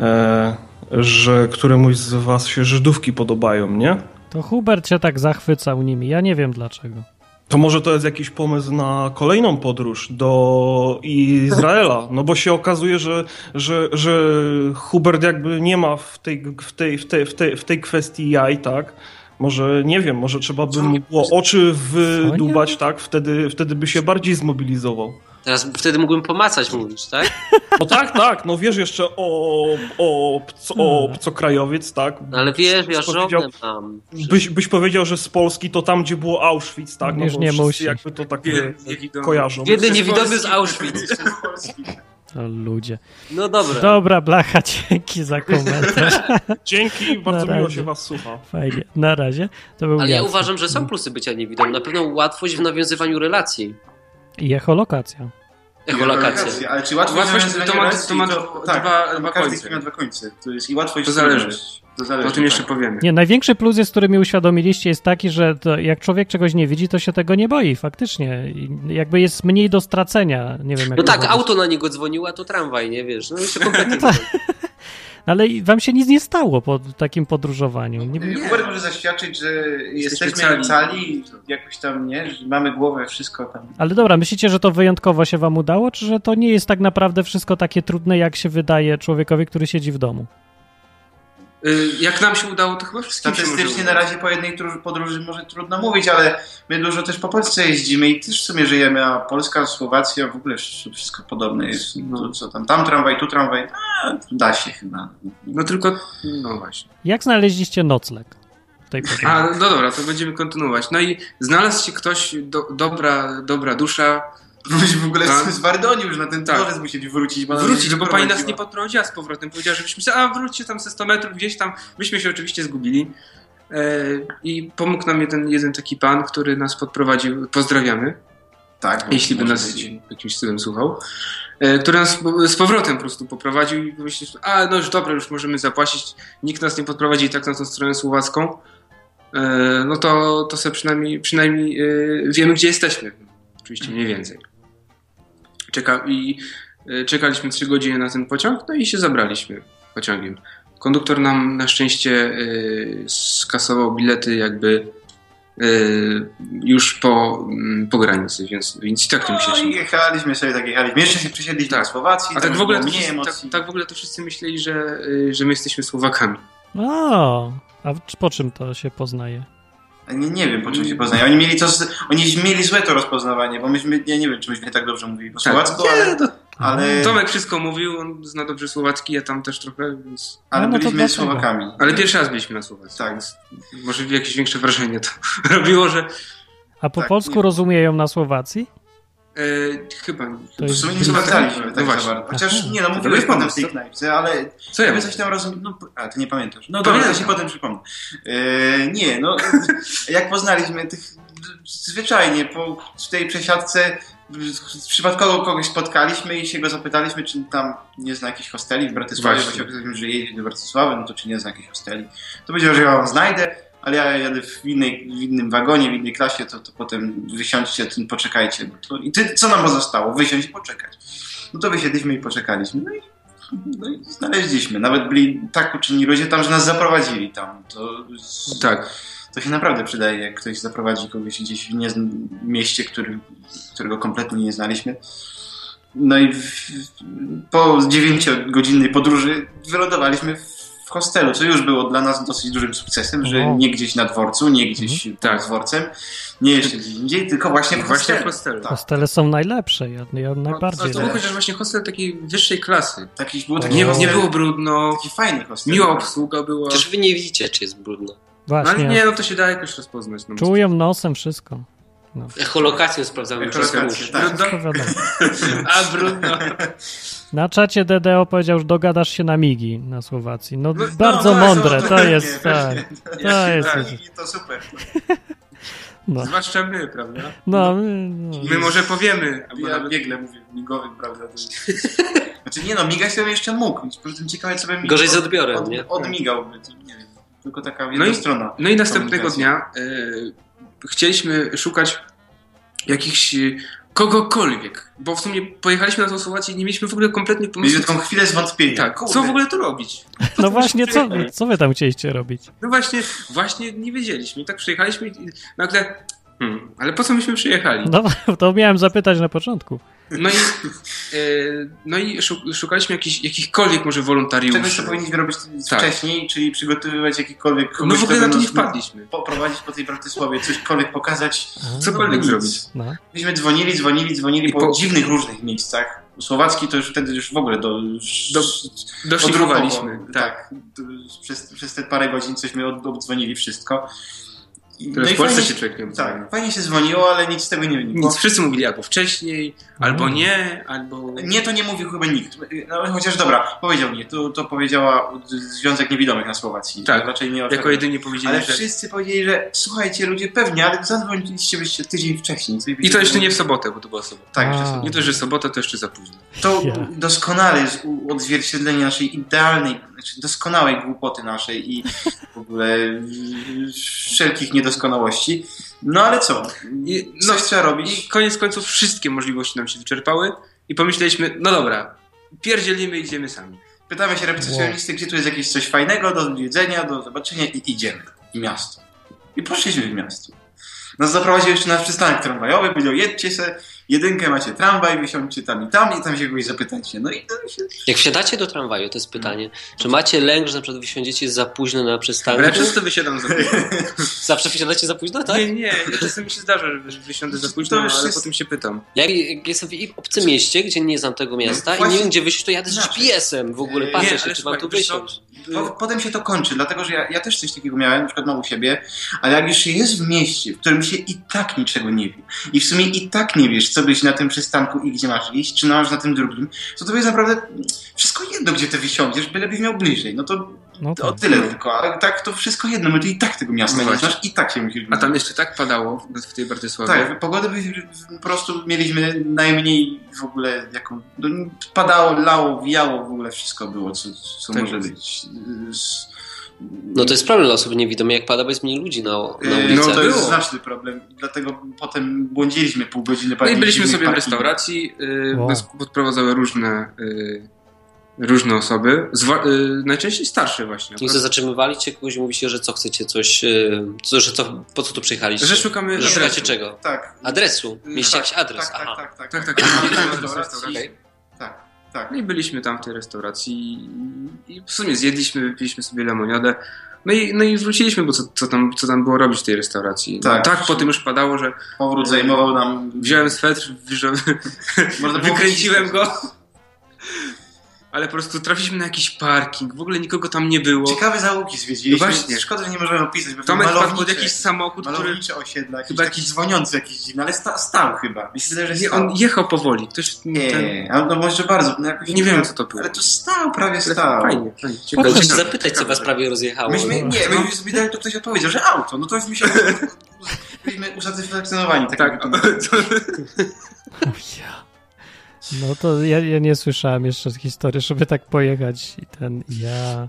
E: e, że któremuś z was się Żydówki podobają, nie?
A: To Hubert się tak zachwycał nimi. Ja nie wiem dlaczego.
E: To może to jest jakiś pomysł na kolejną podróż do Izraela, no bo się okazuje, że, że, że Hubert jakby nie ma w tej, w, tej, w, tej, w, tej, w tej kwestii jaj, tak? Może, nie wiem, może trzeba by mu było oczy wydubać, tak? Wtedy, wtedy by się bardziej zmobilizował.
B: Teraz wtedy mógłbym pomacać, mówisz, tak?
E: No tak, tak, no wiesz jeszcze o, o, obco-
A: Hmm.
E: o obcokrajowiec, tak?
B: No, ale wiesz, ja
E: Byś powiedział-
B: żonę mam.
E: Byś, byś powiedział, że z Polski to tam, gdzie było Auschwitz, tak? No
A: Już
E: bo
A: nie
E: wszyscy
A: musi.
E: jakby to tak
D: Nie,
E: e,
D: nie wiadomo.
E: kojarzą.
B: Biedny niewidomy z Auschwitz.
C: Przez Polski.
A: O, ludzie.
B: No dobra.
A: Dobra, blacha, dzięki za komentarz.
E: Dzięki, bardzo
A: Na
E: miło
A: razie.
E: się was słucha.
A: Fajnie. Na razie. To był
B: Ale ja
A: Jacek.
B: uważam, że są plusy bycia niewidomym. Na pewno łatwość w nawiązywaniu relacji.
A: I echolokacja.
B: Echolokacja.
C: Ale czy łatwo
D: Łatwość
C: jest
D: to ma-
C: relacji,
D: to ma
C: tak,
D: dwa-
C: to ma
D: dwa
C: każdy
D: końce.
C: ma dwa końce. To jest i łatwość
D: To zależy.
C: i trudność. To zależy.
D: O tym jeszcze
C: tak.
D: powiemy.
A: Nie, największy plus jest, który mi uświadomiliście, jest taki, że to jak człowiek czegoś nie widzi, to się tego nie boi, faktycznie. I Jakby jest mniej do stracenia, nie wiem jak
B: No
A: to
B: tak,
A: powiedzieć.
B: auto na niego dzwoniło, a to tramwaj, nie wiesz. No i się kompletnie
A: Ale i wam się nic nie stało po takim podróżowaniu. Nie,
C: Y, Hubert może zaświadczyć, że jesteśmy,
D: cali.
C: cali. i jakoś tam, nie, że mamy głowę, wszystko tam.
A: ale dobra, myślicie, że to wyjątkowo się wam udało, czy że to nie jest tak naprawdę wszystko takie trudne, jak się wydaje człowiekowi, który siedzi w domu?
D: Y, Jak nam się udało, to chyba wszystkim się może
C: Statystycznie
D: uda.
C: na razie po jednej tru- podróży może trudno mówić, ale my dużo też po Polsce jeździmy i też w sumie żyjemy, a Polska, Słowacja w ogóle wszystko podobne jest. To, co tam, tam tramwaj, tu tramwaj, a, da się chyba.
D: No tylko, no właśnie.
A: Jak znaleźliście nocleg w tej podróży?
D: A, no dobra, to będziemy kontynuować. No i znalazł się ktoś, do, dobra, dobra dusza,
C: Myśmy w ogóle
D: Tak.
C: z Wardoniu już na ten
D: Tak.
C: dworzec musieli wrócić. Bo nas
D: wrócić, bo pani nas
C: prowadziła.
D: nie potrąciła z powrotem. Powiedziała, żebyśmy się, a wróćcie tam ze 100 metrów gdzieś tam. Myśmy się oczywiście zgubili. E, I pomógł nam jeden, jeden taki pan, który nas podprowadził. Pozdrawiamy,
C: Tak, bo
D: jeśli by
C: może
D: nas
C: być.
D: jakimś cudem słuchał. E, który nas po- z powrotem po prostu poprowadził i pomyśleliśmy, a no już dobra, już możemy zapłacić. Nikt nas nie podprowadzi i tak na tą stronę słowacką. E, no to, to sobie przynajmniej, przynajmniej e, wiemy, gdzie jesteśmy. Oczywiście mniej
C: Mhm.
D: więcej. Czeka, i E, Czekaliśmy 3 godziny na ten pociąg, no i się zabraliśmy pociągiem. Konduktor nam na szczęście e, skasował bilety jakby e, już po, mm, po granicy, więc, więc i tak nie
C: No i
D: musieliśmy.
C: jechaliśmy sobie tak jechaliśmy. Jeszcze się przesiedliśmy na
D: Tak.
C: Słowacji.
D: A
C: tam
D: tak w, ogóle
C: było
D: to
C: mniej
D: wszyscy, tak,
C: emocji.
D: tak w ogóle to wszyscy myśleli, że, e, że my jesteśmy Słowakami.
A: O, a czy- po czym to się poznaje?
C: Nie, nie wiem, po czym
D: Mm.
C: się poznają. Oni mieli, to, z- oni mieli złe to rozpoznawanie, bo myśmy, ja nie wiem, czy myśmy tak dobrze mówili po słowacku, ale, ale,
D: Tomek wszystko mówił, on zna dobrze słowacki, ja tam też trochę, więc...
C: ale
A: No, no to
C: byliśmy
A: dlaczego?
C: Słowakami.
D: Ale pierwszy raz byliśmy na Słowacji.
C: Tak.
D: więc Może jakieś większe wrażenie to robiło, że
A: A po
C: Tak,
A: polsku
C: nie.
A: rozumieją na Słowacji?
D: e, chyba...
A: To
C: W
A: jest-
C: sumie nie
A: No
C: sprawdzaliśmy tak
D: no
C: za
D: właśnie.
C: bardzo. Chociaż
A: Aha.
C: nie no,
D: To
C: mówiłeś
D: dobry
C: potem w
D: pomysł.
C: tej knajpce, ale
D: Co ja
C: ja
D: mówię?
C: coś tam rozumiem. No, a ty nie pamiętasz. No
D: Pamiętam.
C: dobra, ja się potem przypomnę. E, nie, no jak poznaliśmy tych zwyczajnie po w tej przesiadce z- przypadkowo kogoś spotkaliśmy i się go zapytaliśmy, czy tam nie zna jakichś hosteli w Bratysławie,
D: Właśnie.
C: bo się okazaliśmy, że jedzie do Bratysławy, no to czy nie zna jakichś hosteli. To powiedział, że ja wam znajdę, ale ja jadę w, innej, w innym wagonie, w innej klasie, to, to potem wysiądźcie, tym poczekajcie. No to, I ty, co nam pozostało? Wysiąść i poczekać. No to wysiedliśmy i poczekaliśmy. No i, no i znaleźliśmy. Nawet byli tak uczynni ludzie tam, że nas zaprowadzili tam. To,
D: Tak.
C: to się naprawdę przydaje, jak ktoś zaprowadzi kogoś gdzieś w nie, mieście, który, którego kompletnie nie znaliśmy. No i w, po dziewięciogodzinnej podróży wylądowaliśmy w hostelu, co już było dla nas dosyć dużym sukcesem, że
A: Wow.
C: nie gdzieś na dworcu, nie gdzieś pod
D: Tak.
C: dworcem, nie jeszcze gdzie indziej, tylko właśnie w
D: Właśnie w
C: hostelu.
D: hostelu.
C: Tak.
A: Hostele są najlepsze, ja, ja
D: No,
A: najbardziej.
D: to
C: tak.
D: był chociaż właśnie hostel takiej wyższej klasy.
C: Taki był taki
D: Nie,
C: hostel,
D: nie było brudno,
C: taki fajny hostel.
D: miła obsługa była.
B: Chociaż wy nie widzicie, czy jest brudno.
D: No, ale
A: Właśnie,
D: nie, no to się da jakoś rozpoznać. No,
A: czują nosem wszystko. No,
B: Echolokację sprawdzamy. czy
C: Echolokację,
B: są już.
C: tak.
D: Brudno?
A: to wiadomo.
D: A, brudno.
A: Na czacie DDO powiedział, że dogadasz się na migi na Słowacji. No,
D: No,
A: bardzo
C: no,
A: mądre,
C: no,
A: to
C: pewnie,
A: jest tak. To
D: Jest,
A: jest.
D: tak.
C: I to super.
A: No,
D: Zwłaszcza my, prawda?
A: no, no.
D: My może powiemy. Albo
C: Ja
D: nawet...
C: biegle mówię migowym, prawda? to- Znaczy nie no, migać to bym jeszcze mógł, więc poza tym ciekawe co bym migał.
B: Gorzej z odbiorem,
C: od,
B: nie?
C: Odmigałby, to nie wiem. Tylko taka
D: No
C: jedna
D: i-
C: strona.
D: No i następnego
C: Komunikacja.
D: dnia e, chcieliśmy szukać jakichś e, kogokolwiek. Bo w sumie pojechaliśmy na tą Słowację i nie mieliśmy w ogóle kompletnie pomysłu.
C: Mieliśmy taką chwilę zwątpienia.
D: Tak,
C: Kurde.
D: co w ogóle tu robić?
A: No właśnie, co, co wy tam chcieliście robić?
D: No właśnie, właśnie nie wiedzieliśmy. I tak przyjechaliśmy i nagle, hmm, ale po co myśmy przyjechali?
A: No to miałem zapytać na początku.
D: No i, e, no i szu- szukaliśmy jakich, jakichkolwiek może wolontariuszy.
C: Czegoś, co powinniśmy robić
D: Tak.
C: wcześniej, czyli przygotowywać jakikolwiek
D: My
C: kogoś,
D: No w ogóle
C: kto
D: na to
C: by
D: nie
C: nas mógł
D: wpadliśmy.
C: Poprowadzić po tej Bratysławie, cośkolwiek pokazać.
D: Cokolwiek
C: Nic.
D: zrobić.
A: No.
C: Myśmy dzwonili, dzwonili, dzwonili
D: I
C: po,
D: po-
C: dziwnych różnych miejscach. Słowacki to już wtedy już w ogóle do...
D: Do- Doszykowaliśmy.
C: odruchowo,
D: Tak.
C: tak. Przez, przez te parę godzin cośmy od, obdzwonili wszystko. No I,
D: Teraz w Polsce
C: fajnie,
D: się człowiek nie odzywa.
C: Tak, fajnie się dzwoniło, ale nic z tego nie wynikło.
D: Nic, wszyscy mówili albo wcześniej,
C: Mhm.
D: albo
A: Mm.
D: nie, albo...
C: Nie, to nie mówił chyba nikt. No, chociaż dobra, powiedział nie. To, to powiedziała Związek Niewidomych na Słowacji.
D: Tak,
C: Raczej nie
D: Jako jedynie
C: Ale
D: powiedzieli, że...
C: wszyscy powiedzieli, że słuchajcie ludzie, pewnie, ale zadzwoniliście byście tydzień wcześniej.
D: I to jeszcze nie w sobotę, bo to była sobota.
C: Tak,
A: A.
C: że są-
D: Nie to, że sobota, to jeszcze za późno.
C: to
A: Ja.
C: doskonale jest u- odzwierciedlenie naszej idealnej, znaczy doskonałej głupoty naszej i w ogóle y, wszelkich niedoskonałości. No ale co?
D: I,
C: Coś
D: no,
C: trzeba
D: I
C: robić.
D: koniec końców wszystkie możliwości nam się wyczerpały i pomyśleliśmy, no dobra, pierdzielimy i idziemy sami.
C: Pytamy się reprezentacjonisty, gdzie tu jest jakieś coś fajnego do jedzenia, do zobaczenia i idziemy w miasto. I poszliśmy w miasto. Nas zaprowadził jeszcze na przystanek tramwajowy, powiedział jedźcie se, jedynkę macie tramwaj, wysiądźcie tam i tam i tam się kogoś zapytajcie. No i to się
B: Jak wsiadacie do tramwaju, to jest pytanie, czy macie lęk, że na przykład wysiądziecie za późno na
D: Ale ja
B: przystanku?
D: często wysiadam za późno.
B: Zawsze wysiadacie za późno, tak?
D: No Nie, nie, ja czasem mi się zdarza, że wy- wysiądę za
C: To
D: późno, ale
C: już jest- Mhm.
D: potem się pytam.
B: Ja jak jestem w i- obcym mieście, gdzie nie znam tego miasta i
C: No właśnie-
B: nie wiem, gdzie wyjść, to jadę z
C: Inaczej.
B: GPS-em w ogóle,
C: Nie,
B: patrzę
D: ale
B: się, czy mam
D: słuchaj,
B: tu
D: wiesz co,
B: wysiąść.
C: Po, potem się to kończy, dlatego że ja, ja też coś takiego miałem, na przykład mam u siebie, ale jak już się jest w mieście, w którym się i tak niczego nie wie i w sumie i tak nie wiesz, co byś na tym przystanku i gdzie masz iść, czy masz na tym drugim, to to jest naprawdę wszystko jedno, gdzie ty wysiądziesz, bylebyś miał bliżej. No to
A: No
C: o
A: tak.
C: tyle tylko, ale tak to wszystko jedno, bo ty i tak tego miasta
D: No
C: nie
D: właśnie.
C: znasz i tak się musisz...
D: A tam jeszcze tak padało w tej Bratysławie. No
C: Tak, pogodę by po prostu mieliśmy najmniej w ogóle jaką. No, padało, lało, wiało, w ogóle wszystko było, co, co
D: Tak
C: może
D: jest.
C: być. Z-
B: No to jest problem dla osób niewidomych, jak pada, bo jest mniej ludzi na, na
C: Yy,
B: ulicach.
C: No, to
D: było.
C: jest znaczny problem, dlatego potem błądziliśmy pół godziny.
D: No i
C: parkingiem,
D: byliśmy sobie w
C: parkingiem.
D: restauracji, y,
A: Wow.
D: nas podprowadzały różne, y, różne osoby, zwa- y, najczęściej starsze właśnie.
B: I co, zatrzymywali cię kogoś i mówicie, że co chcecie, coś, yy, co, że co, po co tu przyjechaliście?
D: Że szukamy
B: Że
D: adresu.
B: szukacie czego?
C: Tak.
B: Adresu? Mieliście
C: Tak,
B: jakiś adres?
C: Tak,
B: Aha.
C: tak, tak.
D: Tak, tak,
C: Byliśmy w
D: tak.
C: restauracji.
D: Okej.
C: Tak, tak.
D: No i byliśmy tam w tej restauracji i w sumie zjedliśmy, wypiliśmy sobie lemoniadę. No i, no i wróciliśmy, bo co, co, tam, co tam było robić w tej restauracji.
C: Tak.
D: tak po tym już padało, że
C: Powrót zajmował nam.
D: wziąłem swetr, wyżo-
C: Można było
D: wykręciłem
C: wycisnąć.
D: go. Ale po prostu trafiliśmy na jakiś parking, w ogóle nikogo tam nie było.
C: Ciekawe załogi zwiedziliśmy.
D: No właśnie.
C: Szkoda, że nie możemy opisać, bo to
D: Tomek wpadł pod
C: malownicze,
D: jakiś samochód, który...
C: malownicze osiedla, jakiś
D: Chyba
C: taki
D: jakiś-
C: dzwoniący jakiś dziwny, ale sta, stał chyba. Myślę, że
D: Nie,
C: stał.
D: on jechał powoli. Ktoś,
C: nie,
D: ten-
C: nie, ale no może bardzo. No jakoś
D: nie wiem co to było.
C: Ale to stał, prawie
D: Ale
C: stał.
D: Fajnie, fajnie.
A: No,
B: Mogę
D: Ciekawe.
A: Dobrze,
B: się zapytać, co was prawie rozjechało.
C: Tak. Myśmy,
A: no.
C: nie, myśmy sobie
D: tak
C: dali, to ktoś odpowiedział, że auto. No to już myślałem, że byliśmy usatysfakcjonowani. Tak,
D: Tak,
A: Ja. No to ja, ja nie słyszałem jeszcze historii, żeby tak pojechać i ten ja.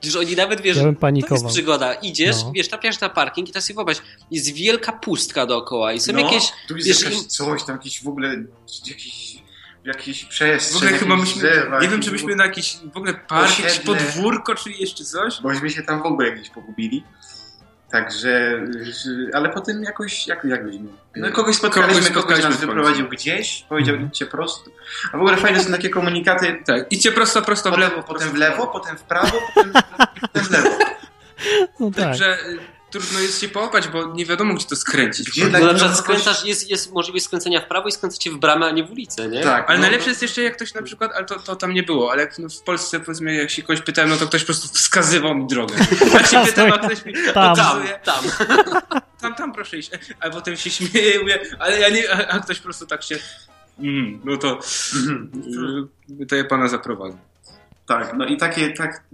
B: Przecież oni nawet wiesz,
A: Ja bym
B: to jest
A: panikował.
B: przygoda. Idziesz,
A: No.
B: wiesz, trafiasz na parking i teraz sobie wyobraź, jest wielka pustka dookoła i są
C: no,
B: jakieś...
C: tu jest
B: wiesz,
C: jakaś
B: im-
C: coś, tam jakiś w ogóle, jakiś, jakiś przestrzeń.
D: w ogóle chyba
C: jakieś
D: myśmy,
C: drzewa,
D: nie wiem
C: jakieś
D: czy byśmy na jakiś w ogóle park, jakieś
C: Osiedle.
D: podwórko czy jeszcze coś.
C: bośmy się tam w ogóle gdzieś pogubili. Także, y, ale potem jakoś, jak, jak byliśmy? No kogoś spotkaliśmy, kogoś,
D: Kogoś spotkaliśmy
C: nas
D: w końcu.
C: wyprowadził gdzieś, powiedział
A: Mhm.
C: idźcie prosto. A w ogóle fajne są takie komunikaty,
D: Tak, idźcie prosto, prosto w
C: potem,
D: lewo.
C: potem w lewo, potem w prawo, potem, potem w lewo.
A: No tak.
D: Także y, trudno jest się połapać, bo nie wiadomo gdzie to skręcić.
C: Gdzie
B: Bo
C: tak,
B: na
C: no,
B: przykład
C: jakoś-
B: skręcasz, jest, jest możliwość skręcenia w prawo i skręcacie w bramę, a nie w ulicę, nie?
C: Tak,
D: Ale
C: no,
D: najlepsze jest jeszcze jak ktoś na przykład, ale to, to tam nie było, ale jak no, w Polsce powiedzmy jak się kogoś pytałem, no to ktoś po prostu wskazywał mi drogę. Ja się pytam, a ktoś mi
A: Tam.
B: Tam,
D: pokazuje,
B: tam.
D: tam, tam proszę iść. A potem się śmieje, mówię, ale ja nie, a, a ktoś po prostu tak się, mm, no to, y, to ja pana zaprowadzę.
C: Mhm. Tak, no i takie, tak,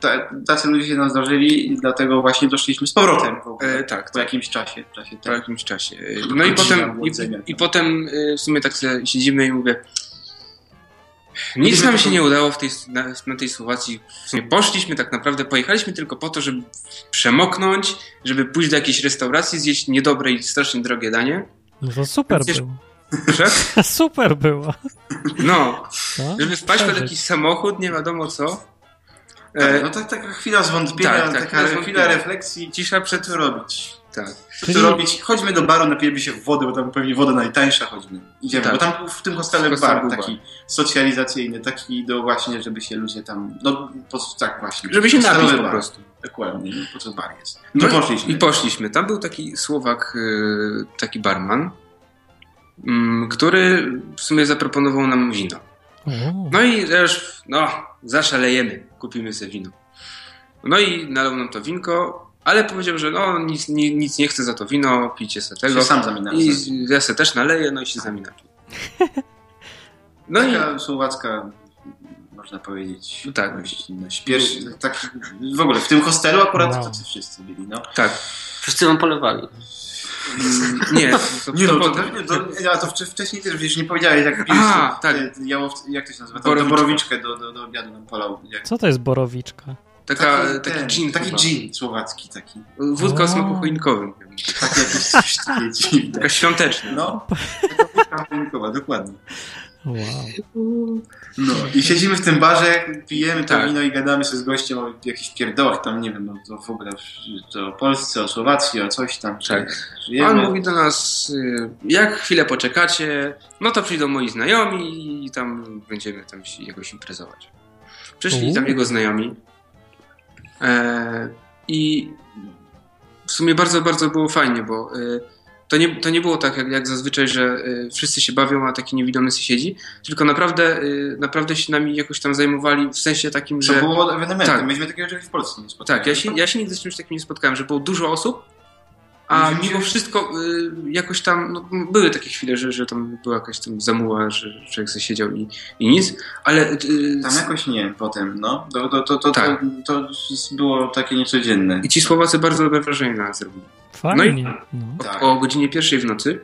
C: ta, tacy ludzie się nam zdarzyli i dlatego właśnie doszliśmy z powrotem w ogóle,
D: E, tak,
C: po
D: tak.
C: jakimś czasie. W czasie
D: po
C: tak.
D: jakimś czasie. No i
C: Godzina
D: potem, i,
C: błądzenia.
D: i potem y, w sumie tak sobie siedzimy i mówię, nic nam się nie udało w tej, na, na tej Słowacji. W sumie poszliśmy tak naprawdę, pojechaliśmy tylko po to, żeby przemoknąć, żeby pójść do jakiejś restauracji, zjeść niedobre i strasznie drogie danie.
A: No to super
D: Przecież-
A: było.
D: Wszak?
A: Super było.
D: No,
A: No.
D: żeby wpaść pod
A: Przeżyć.
D: jakiś samochód, nie wiadomo co.
C: Tak,
D: E,
C: no to taka chwila zwątpienia,
D: tak, tak,
C: taka
D: chwila
C: chwila
D: zwątpienia.
C: refleksji,
D: cisza przed...
C: co robić.
D: Tak.
C: Co
A: Czyli-
C: tu robić? Chodźmy do baru, napijemy się wody, bo tam pewnie woda najtańsza, chodźmy. Idziemy,
D: Tak.
C: bo tam w tym hostelu
D: Hostel
C: bar
D: był bar.
C: taki socjalizacyjny, taki do właśnie, żeby się ludzie tam, no po, tak właśnie.
D: Żeby się
C: Hostelowy
D: napić po
C: bar.
D: prostu.
C: Dokładnie, po co bar jest. No,
D: No
C: to poszliśmy.
D: I poszliśmy. Tam był taki Słowak, y, taki barman, mm, który w sumie zaproponował nam wino.
A: O,
D: No i też, no, zaszalejemy, kupimy sobie wino. No i nalał nam to winko, ale powiedział, że no, nic, ni, nic nie chce za to wino, pijcie sobie tego.
C: Się sam zaminałem.
D: I ja sobie też naleję, no i się zamieniam. No i
C: Taka słowacka, można powiedzieć,
D: No tak.
C: gościnność. Pierwszy, tak, w ogóle w tym hostelu akurat
A: Wow.
C: tacy wszyscy byli, no.
D: tak,
B: Wszyscy nam polewali.
D: mm, nie, to,
C: Nie
D: to
C: no, to,
D: potem-
C: to, a to wcze- wcześniej też przecież nie powiedziałeś, jak
D: A,
C: piliście,
D: tak.
C: e, jałowce- jak to się nazywa,
D: Borowiczka.
C: Borowiczkę, borowiczkę do, do, do obiadu nam polał. Jak,
A: Co to jest borowiczka?
D: taka, taki
C: ten,
D: gin.
C: Taki
D: chyba.
C: gin słowacki taki.
D: Wódka o smaku
A: O.
D: choinkowym.
C: Taki jakiś coś takie dziwne.
D: Taka świąteczna.
C: No, taka wódka choinkowa, dokładnie.
A: Wow.
C: No i siedzimy w tym barze, pijemy to
D: Tak.
C: wino i gadamy sobie z gościem o jakichś pierdołach tam, nie wiem, no, to w ogóle to o Polsce, o Słowacji, o coś tam. czy-
D: Tak.
C: Żyjemy.
D: On mówi do nas, y, jak chwilę poczekacie, no to przyjdą moi znajomi i tam będziemy tam się jakoś imprezować. Przyszli tam
A: Uuu.
D: jego znajomi e, i w sumie bardzo, bardzo było fajnie, bo y, to, nie, to nie było tak jak, jak zazwyczaj, że y, wszyscy się bawią, a taki niewidomy siedzi, tylko naprawdę, y, naprawdę się nami jakoś tam zajmowali w sensie takim,
C: Co
D: że...
C: było ewenementem,
D: Tak.
C: myśmy takiego czegoś w Polsce nie spotkali.
D: Tak, ja się, ja się nigdy z czymś takim nie spotkałem, że było dużo osób, a
C: Ludzie-
D: mimo wszystko y, jakoś tam, no, m, były takie chwile, że, że tam była jakaś tam zamuła, że że człowiek sobie siedział i, i nic, ale y,
C: Tam jakoś nie, potem, no. To, to, to, to,
D: Tak.
C: to, to było takie niecodzienne.
D: i ci Słowacy bardzo dobre wrażenie na nas zrobili.
A: Fajnie. No.
D: O,
C: Tak.
D: o godzinie pierwszej w nocy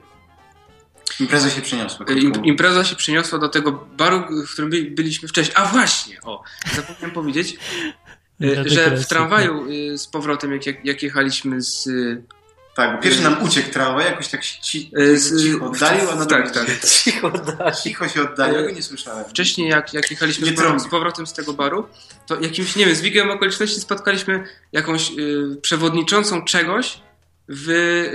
C: Impreza się przeniosła.
D: y, im, impreza się przeniosła do tego baru, w którym by, byliśmy wcześniej. A właśnie, o, zapomniałem powiedzieć,
A: No.
D: y, że w
A: Degresji.
D: tramwaju y, z powrotem, jak, jak, jak jechaliśmy z... y,
C: Tak, bo pierwszy nam uciekł trawę, jakoś tak się ci,
D: y, z-
C: cicho oddalił, a na
D: tak, tak.
B: Cicho dać.
C: cicho się oddalił, ja go nie słyszałem.
D: wcześniej, jak, jak jechaliśmy
C: Nie
D: z, powrotem,
C: trąbię.
D: z powrotem z tego baru, to jakimś, nie wiem, zbiegiem okoliczności spotkaliśmy jakąś y, przewodniczącą czegoś w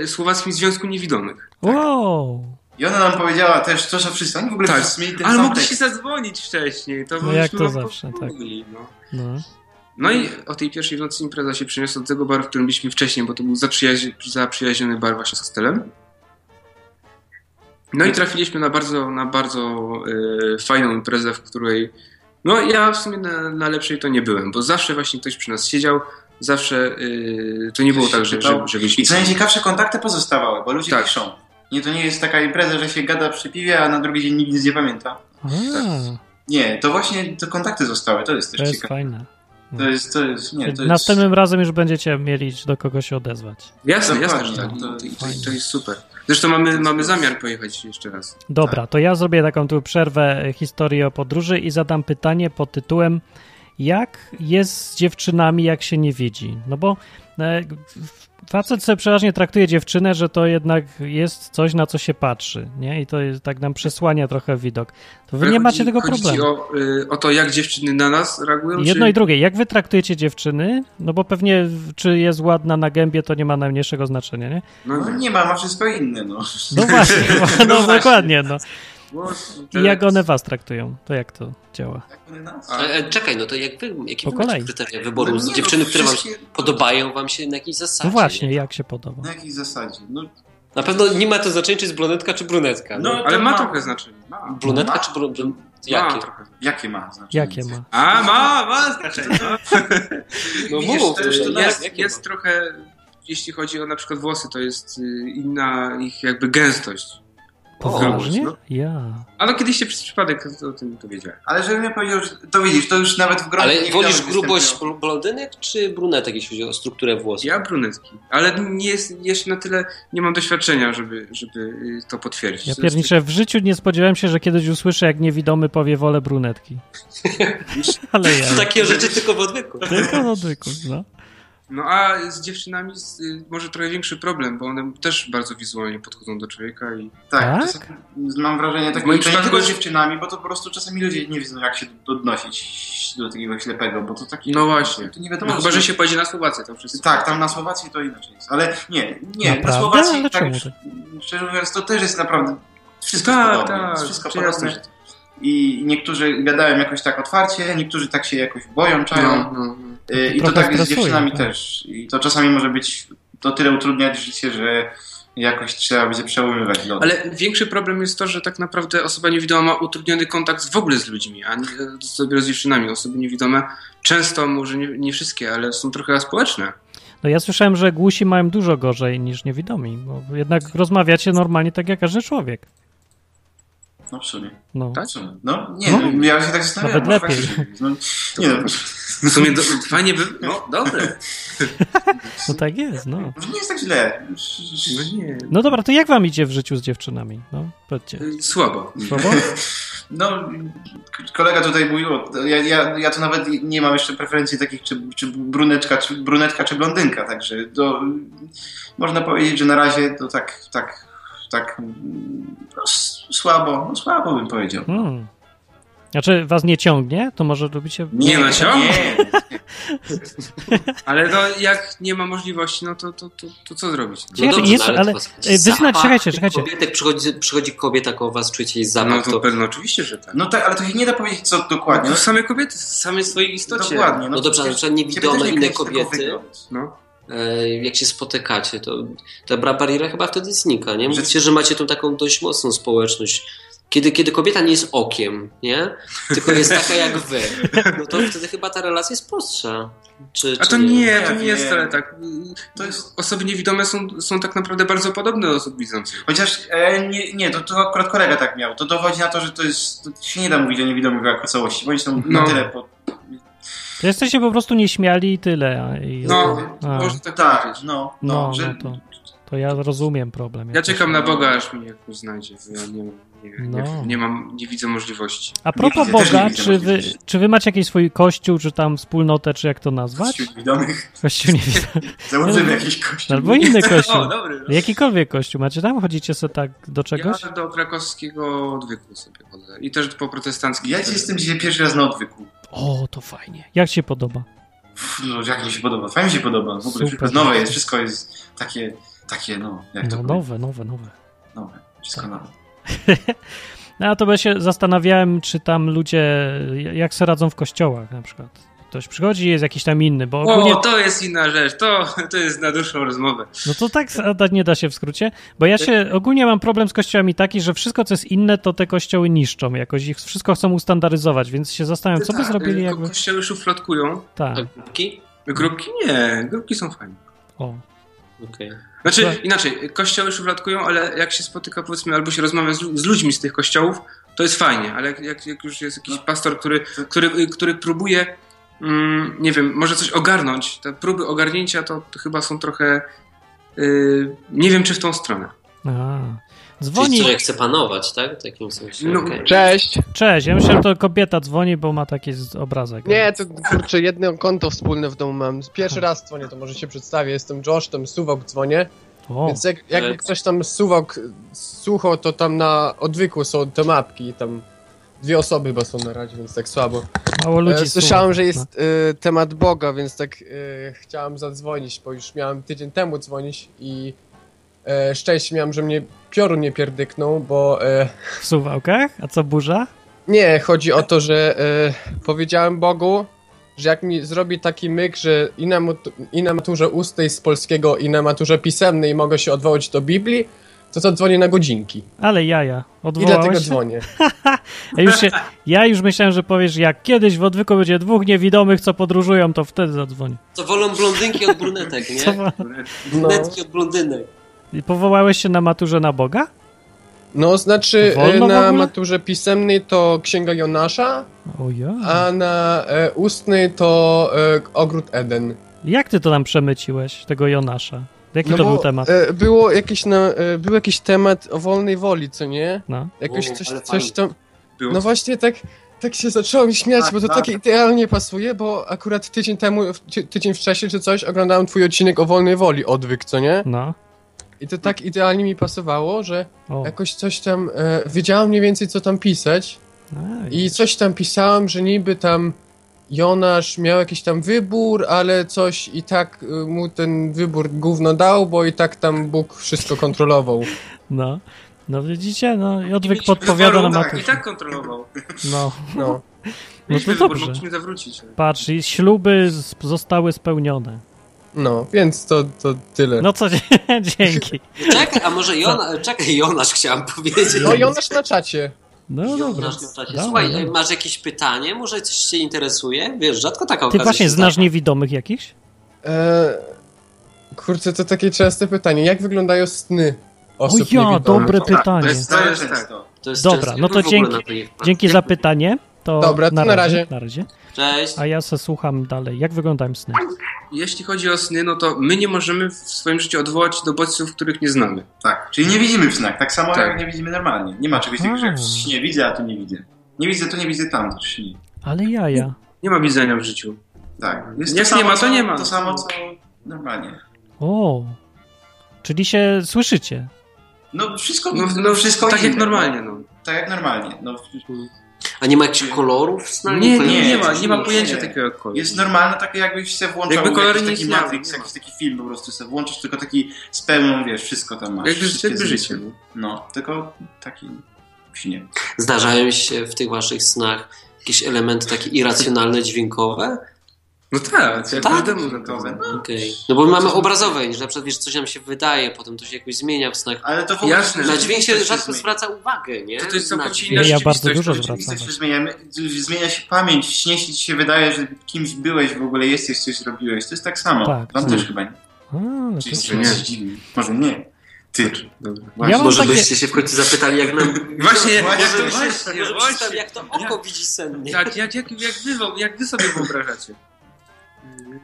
D: Słowackim Związku Niewidomych.
A: Wow.
C: I ona nam powiedziała też, co, że wszyscy, oni w ogóle
D: Tak,
C: wszyscy mieli ten
D: Ale
C: sam
D: mogli
C: tekst.
D: się zadzwonić wcześniej. To
A: No
D: byśmy
A: jak to
D: wam
A: zawsze, tak.
D: pomogli, No.
A: No.
D: no i o tej pierwszej w nocy impreza się przeniosła do tego baru, w którym byliśmy wcześniej, bo to był zaprzyjaźni- zaprzyjaźniony bar właśnie z hostelem. No i trafiliśmy na bardzo, na bardzo y, fajną imprezę, w której no ja w sumie na, na lepszej to nie byłem, bo zawsze właśnie ktoś przy nas siedział, zawsze y, to nie było
C: Ktoś
D: tak, że,
C: pytał.
D: że, że byliśmy...
C: I co najciekawsze, kontakty pozostawały, bo ludzie
D: Tak.
C: piszą. Nie, to nie jest taka impreza, że się gada przy piwie, a na drugi dzień nikt nic nie pamięta.
A: A,
D: Tak,
C: Nie, to właśnie te kontakty zostały, to jest też
A: to jest
C: ciekawe.
A: fajne.
C: To jest, to jest, nie, to jest...
A: Następnym razem już będziecie mieli do kogo się odezwać.
D: Jasne, jasne, że tak.
C: Dokładnie,
D: To,
C: to-
D: to, to jest super. Zresztą mamy, mamy
C: jest-
D: zamiar pojechać jeszcze raz.
A: Dobra, to ja zrobię taką tu przerwę e, historii o podróży i zadam pytanie pod tytułem jak jest z dziewczynami, jak się nie widzi? No bo e, w- facet sobie przeważnie traktuje dziewczynę, że to jednak jest coś, na co się patrzy, nie? I to jest, tak nam przesłania trochę widok. To wy nie
D: Chodzi-
A: macie tego
D: chodzi ci
A: problemu.
D: O, y, o to, jak dziewczyny na nas reagują?
A: Jedno
D: czy...
A: i drugie. Jak wy traktujecie dziewczyny? No bo pewnie w- czy jest ładna na gębie, to nie ma najmniejszego znaczenia, nie?
C: No nie ma, ma wszystko inne, no.
A: No właśnie, no, no
D: właśnie.
A: dokładnie, no.
D: Głos,
A: I
D: intelekt.
A: jak one was traktują? To jak to działa?
C: Tak one nas.
D: A,
B: E, e, czekaj, no to jak wy, jakie
A: Po
B: wy macie
A: kolei.
B: kryteria
C: No
B: wyboru?
C: nie,
B: Z
C: no,
B: dziewczyny, które wam się
C: wszystkie-
B: podobają wam się na jakiejś zasadzie?
A: No właśnie,
B: nie?
A: jak się podoba?
C: Na jakiej zasadzie? No,
B: Na pewno nie ma to znaczenia, czy jest brunetka, czy brunetka.
C: No,
B: No,
D: Ale
C: to
D: ma
C: ma.
D: trochę znaczenie. Ma.
B: brunetka,
C: ma.
B: czy brun... brun...
D: Ma
B: Jakie?
D: trochę.
C: jakie ma znaczenie?
A: Jakie ma?
D: A, ma, ma znaczenie. No,
B: No
C: Widzisz,
B: mów,
C: to już
B: e,
C: to
B: jak-
D: jest,
B: jakie
D: jest
B: ma?
D: trochę, jeśli chodzi o na przykład włosy, to jest y, inna ich jakby gęstość.
A: Poważnie?
D: no.
A: Ja.
D: A no kiedyś się przez przypadek o tym dowiedziałem.
C: Ale żebym ja powiedział, że to widzisz, to już nawet w gronie
B: Ale
C: niewidomych
B: wolisz grubość
C: występują.
B: bl- blondynek, czy brunetek, jeśli chodzi o strukturę włosów?
D: Ja brunetki, ale nie jest, jeszcze na tyle nie mam doświadczenia, żeby, żeby y, to potwierdzić.
A: Ja
D: To jest
A: pierniczę, w życiu nie spodziewałem się, że kiedyś usłyszę, jak niewidomy powie wolę brunetki. Ale ja.
C: Tak.
B: Takie rzeczy tylko w odwyku.
A: Tylko w odwyku, no.
D: No a z dziewczynami z, y, może trochę większy problem, bo one też bardzo wizualnie podchodzą do człowieka i
A: Tak?
C: Tak, to są- mam wrażenie tak,
D: W moim
C: to nie tylko
D: przypadku-
C: z dziewczynami, bo to po prostu czasami ludzie nie wiedzą jak się odnosić do takiego ślepego, bo to taki...
D: No właśnie.
C: To nie
D: no,
C: wiadomo,
D: chyba,
C: czy-
D: że się pojedzie na Słowację, to wszyscy.
C: Tak, tam na Słowacji to inaczej jest, ale nie, nie,
A: Naprawdę?
C: na Słowacji
A: Ale
C: tak,
A: czemu
C: już- szczerze mówiąc, to też jest naprawdę wszystko
D: Tak,
C: podobne,
D: tak,
C: jest wszystko
D: jasne,
C: podobne. I niektórzy gadają jakoś tak otwarcie, niektórzy tak się jakoś boją, czają.
D: No, no, no.
C: Y, I to
A: trochę
C: tak jest z
A: stresuje,
C: dziewczynami
A: tak.
C: też. I to czasami może być to tyle utrudniać życie, że jakoś trzeba będzie przełamywać lody.
D: Ale większy problem jest to, że tak naprawdę osoba niewidoma ma utrudniony kontakt w ogóle z ludźmi, a nie z dopiero z dziewczynami. Osoby niewidome często, może nie, nie wszystkie, ale są trochę społeczne.
A: No ja słyszałem, że głusi mają dużo gorzej niż niewidomi, bo jednak rozmawiacie normalnie tak jak każdy człowiek.
C: No w sumie.
A: No.
D: Tak?
C: W sumie. No nie,
A: No.
C: no, ja się tak zastanawiam.
A: Nawet
C: no,
A: lepiej.
C: faktycznie. No, nie no,
D: W sumie do, fajnie by... No, dobre.
A: No tak jest, no.
C: może nie jest tak źle.
D: No nie.
A: No dobra, to jak wam idzie w życiu z dziewczynami? No, powiedzcie.
C: Mm.
D: Słabo.
A: Słabo?
C: No, kolega tutaj mówił, o- ja, ja, ja to nawet nie mam jeszcze preferencji takich, czy, czy bruneczka, czy brunetka, czy blondynka, także to, można powiedzieć, że na razie to tak, tak, tak no, s- słabo, no, słabo bym powiedział.
A: Hmm. Znaczy, was nie ciągnie? To może robicie...
D: Nie ma się?
C: Nie,
D: Ale no, jak nie ma możliwości, no to, to, to, to co zrobić?
A: Ciekawe, jest,
B: no,
A: ale-
B: to was-
A: e, wyzna-
B: zapach
A: czekajcie,
B: tych
A: czekajcie.
B: Kobietek przychodzi, przychodzi kobieta koło was, czujecie jej
D: No
B: zapach,
D: to
B: to
D: pewno, oczywiście, że tak.
C: No tak, ale to się nie da powiedzieć co dokładnie.
D: No,
C: No,
D: same kobiety, same w swojej istocie.
C: dokładnie.
B: No dobrze, ale
C: przecież
B: na przykład
C: ciebie
B: niewidome
C: też nie
B: inne
C: kręci tylko
B: kobiety.
C: wygląd.
D: No.
B: e, jak się spotykacie, to ta bra- bariera chyba wtedy znika, nie?
C: Że-
B: Mówicie, że macie tą taką dość mocną społeczność. Kiedy, kiedy kobieta nie jest okiem, nie? Tylko jest taka jak wy, no to wtedy chyba ta relacja jest prostsza. Czy,
D: A
B: czy
D: to Znaczy, nie, to
C: Ja
D: nie jest
C: wiem.
D: wcale tak.
C: To jest-
D: Osoby niewidome są, są tak naprawdę bardzo podobne do osób widzących.
C: Chociaż e, nie, nie to, to akurat kolega tak miał. To dowodzi na to, że to jest. To się nie da mówić o niewidomych jako całości, bo oni są
D: No.
C: na tyle po.
A: To jesteście po prostu nieśmiali i tyle. a- I...
D: No,
A: A.
D: można tak powiedzieć.
C: Tak, no, no,
A: no,
C: że.
A: no to, to ja rozumiem problem.
D: Ja
A: jakoś.
D: czekam na Boga, aż mnie jakoś znajdzie. bo Ja nie, nie,
A: No.
D: nie, nie mam, nie widzę możliwości.
A: A propos
C: Nie widzę, też nie
A: Boga,
C: widzę
A: czy wy,
C: możliwości.
A: czy wy macie jakiś swój kościół, czy tam wspólnotę, czy jak to nazwać?
C: Wśród niewidomych
A: Kościół niewidomy.
C: założymy jakiś kościół.
A: Albo inny kościół.
D: O, dobry. no.
A: Jakikolwiek kościół macie tam? Chodzicie sobie tak do czegoś?
D: Ja do krakowskiego odwyku sobie chodzę. I też po protestanckim.
C: Ja ci jestem dzisiaj pierwszy raz na odwyku.
A: O, to fajnie. Jak ci się podoba?
C: Pff, No, jak mi się podoba, fajnie mi się podoba. W ogóle
A: Super.
C: wszystko jest nowe, jest wszystko jest takie, takie, no, jak to
A: No,
C: powiedzieć?
A: nowe, nowe, nowe.
C: nowe. Wszystko nowe.
A: No, a to ja się zastanawiałem, czy tam ludzie, jak se radzą w kościołach na przykład. Ktoś przychodzi i jest jakiś tam inny, bo ogólnie
D: O, to jest inna rzecz. To, to jest na dłuższą rozmowę.
A: No to tak a da- nie da się w skrócie, bo ja się ogólnie mam problem z kościołami taki, że wszystko co jest inne, to te kościoły niszczą jakoś, ich wszystko chcą ustandaryzować, więc się zastanawiam, co by
D: Tak,
A: zrobili
F: y,
D: ko-
A: jakby...
D: Kościoły szufladkują.
A: Tak,
B: A grupki?
D: Grupki nie, grupki są fajne.
A: o.
B: Okej.
D: Znaczy
A: Tak.
D: inaczej, kościoły szufladkują, ale jak się spotyka powiedzmy albo się rozmawia z, lu- z ludźmi z tych kościołów, to jest fajnie, ale jak, jak, jak już jest jakiś
C: No.
D: pastor, który, który, który próbuje, mm, nie wiem, może coś ogarnąć, te próby ogarnięcia to, to chyba są trochę, y, nie wiem czy w tą stronę.
A: A.
B: Czyli
A: Dzwoni,
B: człowiek chce panować, tak? W takim sensie.
D: No,
B: okej.
F: Cześć!
A: cześć, ja myślałem, to kobieta dzwoni, bo ma taki z- obrazek.
F: Nie, to kurczę, jedno konto wspólne w domu mam. Pierwszy raz dzwonię, to może się przedstawię. Jestem Josh, tam Suwok dzwonię.
A: O,
F: Więc jak, jakby
B: Cześć.
F: ktoś tam Suwok słucho, to tam na odwyku są te mapki i tam dwie osoby chyba są na razie, więc tak słabo.
A: mało ludzi
F: E, Słyszałem,
A: słucha. No,
F: że jest e, temat Boga, więc tak e, chciałem zadzwonić, bo już miałem tydzień temu dzwonić i e, szczęście miałem, że mnie piorun nie pierdyknął, bo e,
A: No, W suwałkach? A co burza?
F: Nie, chodzi o to, że e, powiedziałem Bogu, że jak mi zrobi taki myk, że i na, mut- i na maturze ustnej z polskiego, i na maturze pisemnej mogę się odwołać do Biblii, to to dzwonię na godzinki.
A: Ale jaja,
F: I dlatego
A: odwołałeś się?
F: dzwonię.
A: Ja już, się, ja już myślałem, że powiesz, jak kiedyś w odwyku będzie dwóch niewidomych, co podróżują, to wtedy zadzwoni.
B: To wolą blondynki od brunetek,
A: Co,
B: nie?
A: ma-
F: No,
B: Brunetki od blondynek.
A: I powołałeś się na maturze na Boga?
F: no znaczy e,
A: Wolno w
F: na
A: ogóle?
F: maturze pisemnej to Księga Jonasza,
A: O ja.
F: a na e, ustnej to e, Ogród Eden.
A: Jak ty to tam przemyciłeś, tego Jonasza? Jaki
F: No
A: to
F: bo,
A: był temat?
F: E, było jakiś na, e, był jakiś temat o wolnej woli, co nie?
A: No.
F: Jakoś
B: O,
F: coś,
B: ale
F: coś
B: fajnie.
F: tam...
D: Było.
F: No właśnie tak Tak się zacząłem śmiać,
C: Tak,
F: bo to
C: tak.
F: tak idealnie pasuje, bo akurat tydzień temu, w- ty- tydzień wcześniej czy coś, oglądałem twój odcinek o wolnej woli odwyk, co nie?
A: No.
F: I to tak idealnie mi pasowało, że
A: O.
F: jakoś coś tam, e, wiedziałem mniej więcej co tam pisać
A: Ej.
F: i coś tam pisałem, że niby tam Jonasz miał jakiś tam wybór, ale coś i tak e, mu ten wybór gówno dał, bo i tak tam Bóg wszystko kontrolował.
A: No. No widzicie, no i odwyk
D: mieliśmy
A: podpowiada nam
D: wyboru,
A: na
D: tak, I tak kontrolował.
A: No,
F: No.
A: no
D: Mieliśmy
A: to
D: wybór,
A: dobrze.
D: mogliśmy zawrócić.
A: Patrz, i śluby z- zostały spełnione.
F: No, więc to, to tyle. No,
A: No co, dzięki.
B: Czekaj, a może Jona, czekaj, Jonasz chciałem powiedzieć.
F: No, Jonasz na czacie.
A: No dobra.
B: Jonasz na czacie.
A: Dobra,
B: Słuchaj, e,
A: dobra.
B: masz jakieś pytanie? Może coś cię interesuje? Wiesz, rzadko taka
A: Ty
B: okazja
A: właśnie
B: się
A: znasz
B: zdarza.
A: niewidomych jakichś?
F: Eee, kurczę, to takie częste pytanie. Jak wyglądają sny
A: O
F: osób
A: ja,
F: niewidomych?
A: dobre
D: Tak,
A: pytanie.
D: bez-
C: To
D: To
C: jest
D: jest tak.
C: często.
B: To jest
A: Dobra,
B: często-
A: no to
B: w ogóle
A: dzięki-
B: na to nie wpadłem.
A: Dzięki za pytanie. To
F: Dobra, to
A: na
F: na
A: razie.
F: razie.
A: Na razie.
B: Cześć.
A: A ja se słucham dalej. Jak wyglądają sny?
D: Jeśli chodzi o sny, no to my nie możemy w swoim życiu odwołać się do bodźców, których nie znamy.
C: Tak, czyli nie widzimy w snach, tak samo
D: Tak.
C: jak nie widzimy normalnie. Nie ma czegoś takiego, że
A: A.
C: jak w śnie widzę, a tu nie widzę. Nie widzę tu, nie widzę tam, to w śnie.
A: Ale jaja.
D: Nie ma widzenia w życiu.
C: Tak.
D: Jak nie ma, to
C: co-
D: nie ma.
C: To samo, co normalnie.
A: O. Czyli się słyszycie.
C: No wszystko,
D: No, no
C: wszystko
D: tak jak
C: inne.
D: normalnie. No.
C: Tak jak normalnie. No,
D: Hmm.
B: A nie ma jakichś kolorów w snach?
D: No, Nie, nie,
C: nie,
D: nie, ma, nie ma
C: nie.
D: pojęcia takiego kolor.
C: jest normalne, tak jakbyś se włączał
D: Jakby kolory
C: jakiś
D: nie
C: taki
D: istniały,
C: Matrix,
D: nie ma.
C: jakiś taki film po prostu se włączysz, tylko taki z pełną, wiesz, wszystko tam masz.
D: Jakby,
C: wszystkie
D: jakby
C: zmysły.
D: życie. No.
C: No, tylko taki w śnie.
B: Zdarzają się w tych waszych snach jakieś elementy takie irracjonalne, dźwiękowe?
D: no tak, jak
B: Tak.
D: każdemu na to.
C: Dźwiękowe, no.
B: Okej. No bo my mamy obrazowe, niż na przykład wiesz, coś nam się wydaje, potem to się jakoś zmienia w snach.
C: Ale to w ogóle...
D: Jasne.
B: Na dźwięk się
C: coś
B: rzadko
C: zmienia.
B: zwraca uwagę, nie?
D: To to jest
B: Na
D: całkowicie
B: dźwięk.
A: Ja
D: rzeczywistość,
A: bardzo dużo
D: to
A: zwracam.
C: Rzeczywistość się Znaczy, zmieniamy, zmienia się pamięć, w śnie ci się wydaje, że kimś byłeś, w ogóle jesteś, coś zrobiłeś. To jest tak samo.
A: Tak.
C: Wam
A: Hmm.
C: też chyba nie.
A: A, ale
C: Czyli
A: to...
D: że nie.
C: coś dziwnie. Może nie. Ty.
D: Dobra. No
A: Ja mam
B: Może
A: takie...
B: byście się w końcu zapytali, jak nam... może,
D: Właśnie,
C: właśnie,
B: byście-
D: właśnie,
B: może byście
D: właśnie.
B: tam, jak to oko widzi sennie.
D: Tak, jak, jak, jak, wy, wam- jak wy sobie wyobrażacie?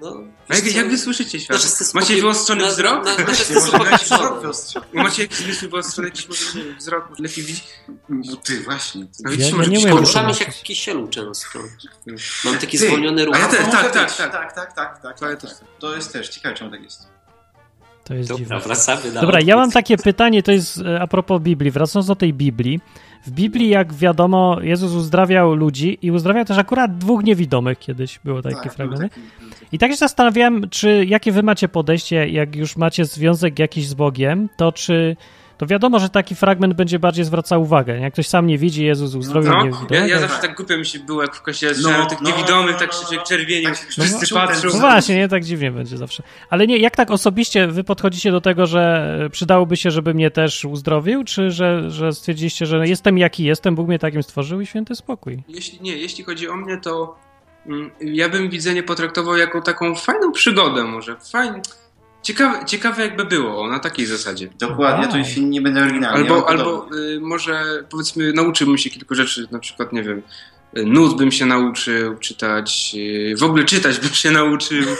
B: No,
D: A Jak,
B: wiesz co?
D: jak wy słyszycie świat?
B: Nasze sny
D: Macie
B: spokojne-
D: wyostrzony
B: na-
D: wzrok?
B: na- Nasze
C: Ty,
B: sny
C: może
B: są
C: jakiś
B: powiększone.
C: wzrok wyostrzył.
D: Macie jakiś zmysł wyostrzony, jakiś może nie wiem, wzrok, może lepiej widzieć?
C: Bo No Ty, właśnie. Ty.
D: A
A: Ja-
D: widzicie,
A: ja
D: może
A: nie
D: być
A: umiem
D: kolor?
B: Poruszamy się
A: zobaczyć.
B: jak w kisielu często.
D: Mm.
B: Mam taki
C: Ty,
B: zwolniony ruch.
D: a ja też.
C: Może
D: tak,
C: być.
D: tak,
C: tak, tak, tak, tak,
D: To ja
C: tak,
D: też.
C: tak. To jest też, ciekawe czemu tak jest.
A: To jest
B: Dobra,
A: dziwne.
B: wracamy dalej.
A: Dobra, ja mam takie pytanie, to jest e, a propos Biblii. Wracając do tej Biblii. W Biblii, jak wiadomo, Jezus uzdrawiał ludzi i uzdrawiał też akurat dwóch niewidomych kiedyś. Było takie
C: Tak,
A: fragmenty.
C: był taki- był taki-
A: I tak się zastanawiałem, czy jakie wy macie podejście, jak już macie związek jakiś z Bogiem, to czy. To wiadomo, że taki fragment będzie bardziej zwracał uwagę. Jak ktoś sam nie widzi, Jezus uzdrowił
D: No, ja,
A: niewidomego.
D: ja
C: tak.
D: zawsze tak głupio mi się było, jak w kościele
C: No,
D: no, tych
C: no,
D: niewidomych,
C: no,
D: tak
C: no,
D: się
C: no.
D: czerwienił.
C: Tak się
D: wszyscy
C: czuł ten
D: patrzą.
A: No właśnie, nie tak dziwnie będzie zawsze. Ale nie, jak tak osobiście wy podchodzicie do tego, że przydałoby się, żeby mnie też uzdrowił, czy że, że stwierdziliście, że jestem jaki jestem, Bóg mnie takim stworzył i święty spokój.
D: Jeśli, nie, jeśli chodzi o mnie, to mm, ja bym widzenie potraktował jako taką fajną przygodę może. Fajnie. Ciekawe, ciekawe jakby było, o, na takiej zasadzie.
C: Dokładnie, ja tu się nie no będę oryginalny. ja
D: Albo,
C: mam podobnie.
D: albo y, może powiedzmy nauczyłbym się kilku rzeczy, na przykład, nie wiem, y, nut bym się nauczył czytać, y, w ogóle czytać bym się nauczył. Y,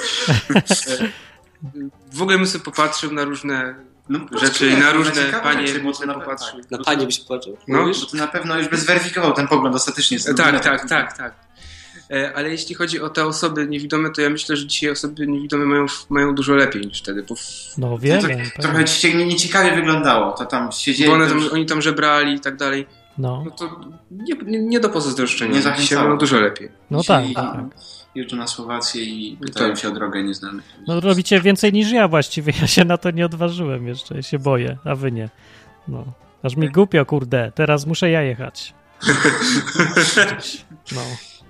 D: w ogóle bym sobie popatrzył na różne
C: No, po
D: rzeczy
C: prostu
D: i
C: nie,
D: na
C: to
D: różne
C: ciekawe
D: panie
C: rzeczy, bo to
D: różne
C: na-
D: popatrzył.
A: tak-
B: Na panie byś płaczał?
D: No.
B: Mówisz?
C: Bo to na pewno już by zweryfikował ten pogląd ostatecznie.
D: E, Tak, tak, tak, tak. E, Ale jeśli chodzi o te osoby niewidome, to ja myślę, że dzisiaj osoby niewidome mają, mają dużo lepiej niż wtedy, bo,
A: No wiem.
C: to-
A: wiem,
C: tak, Trochę ci się nie- nieciekawie wyglądało, to tam siedzieli,
D: bo one tam,
C: to już-
D: oni tam żebrali i tak dalej.
A: No,
D: No to nie, nie, nie do pozazdroszczenia.
C: Nie
D: dzisiaj
C: zachęcało.
D: mają dużo lepiej.
A: no tak,
C: dzisiaj
A: tak.
C: Jeżdżą na Słowację i pytają
D: Tak.
C: się o drogę nieznanych.
A: No robicie więcej niż ja właściwie, ja się na to nie odważyłem jeszcze, ja się boję, a wy nie. No. Aż
C: Tak.
A: mi głupio, kurde, teraz muszę ja jechać. No.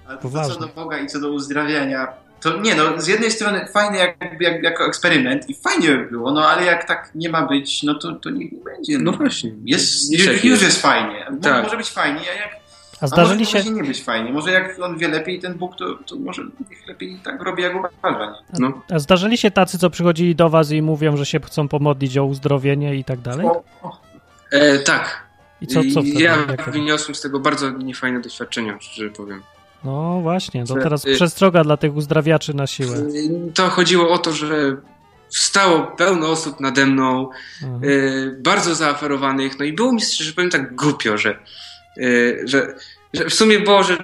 C: A to
A: poważnie.
C: co do Boga i co do uzdrawiania, to nie no, z jednej strony fajne jakby, jak, jako eksperyment i fajnie by było, no ale jak tak nie ma być, no to, to niech nie będzie.
D: No właśnie.
C: Jest,
D: Nie
C: już,
D: tak
C: już
D: jest.
C: jest fajnie. Mo-
D: Tak.
C: Może być fajnie, a jak
A: A
C: a może
A: zdarzyli
C: to
A: się,
C: właśnie nie być fajnie. Może jak on wie lepiej ten Bóg, to, to może niech lepiej tak robi jak uważa. nie?
D: No.
A: a zdarzyli się tacy, co przychodzili do was i mówią, że się chcą pomodlić o uzdrowienie i tak dalej?
C: O, o,
D: E, tak.
A: I co, co wtedy?
D: ja
A: Jak-
D: wyniosłem z tego bardzo niefajne doświadczenia, szczerze powiem.
A: No właśnie, to
D: Że-
A: teraz
D: y-
A: przestroga dla tych uzdrawiaczy na siłę.
D: E, To chodziło o to, że wstało pełno osób nade mną,
A: Aha.
D: e, bardzo zaaferowanych, no i było mi, szczerze powiem, tak głupio, że, e, że, że w sumie było, że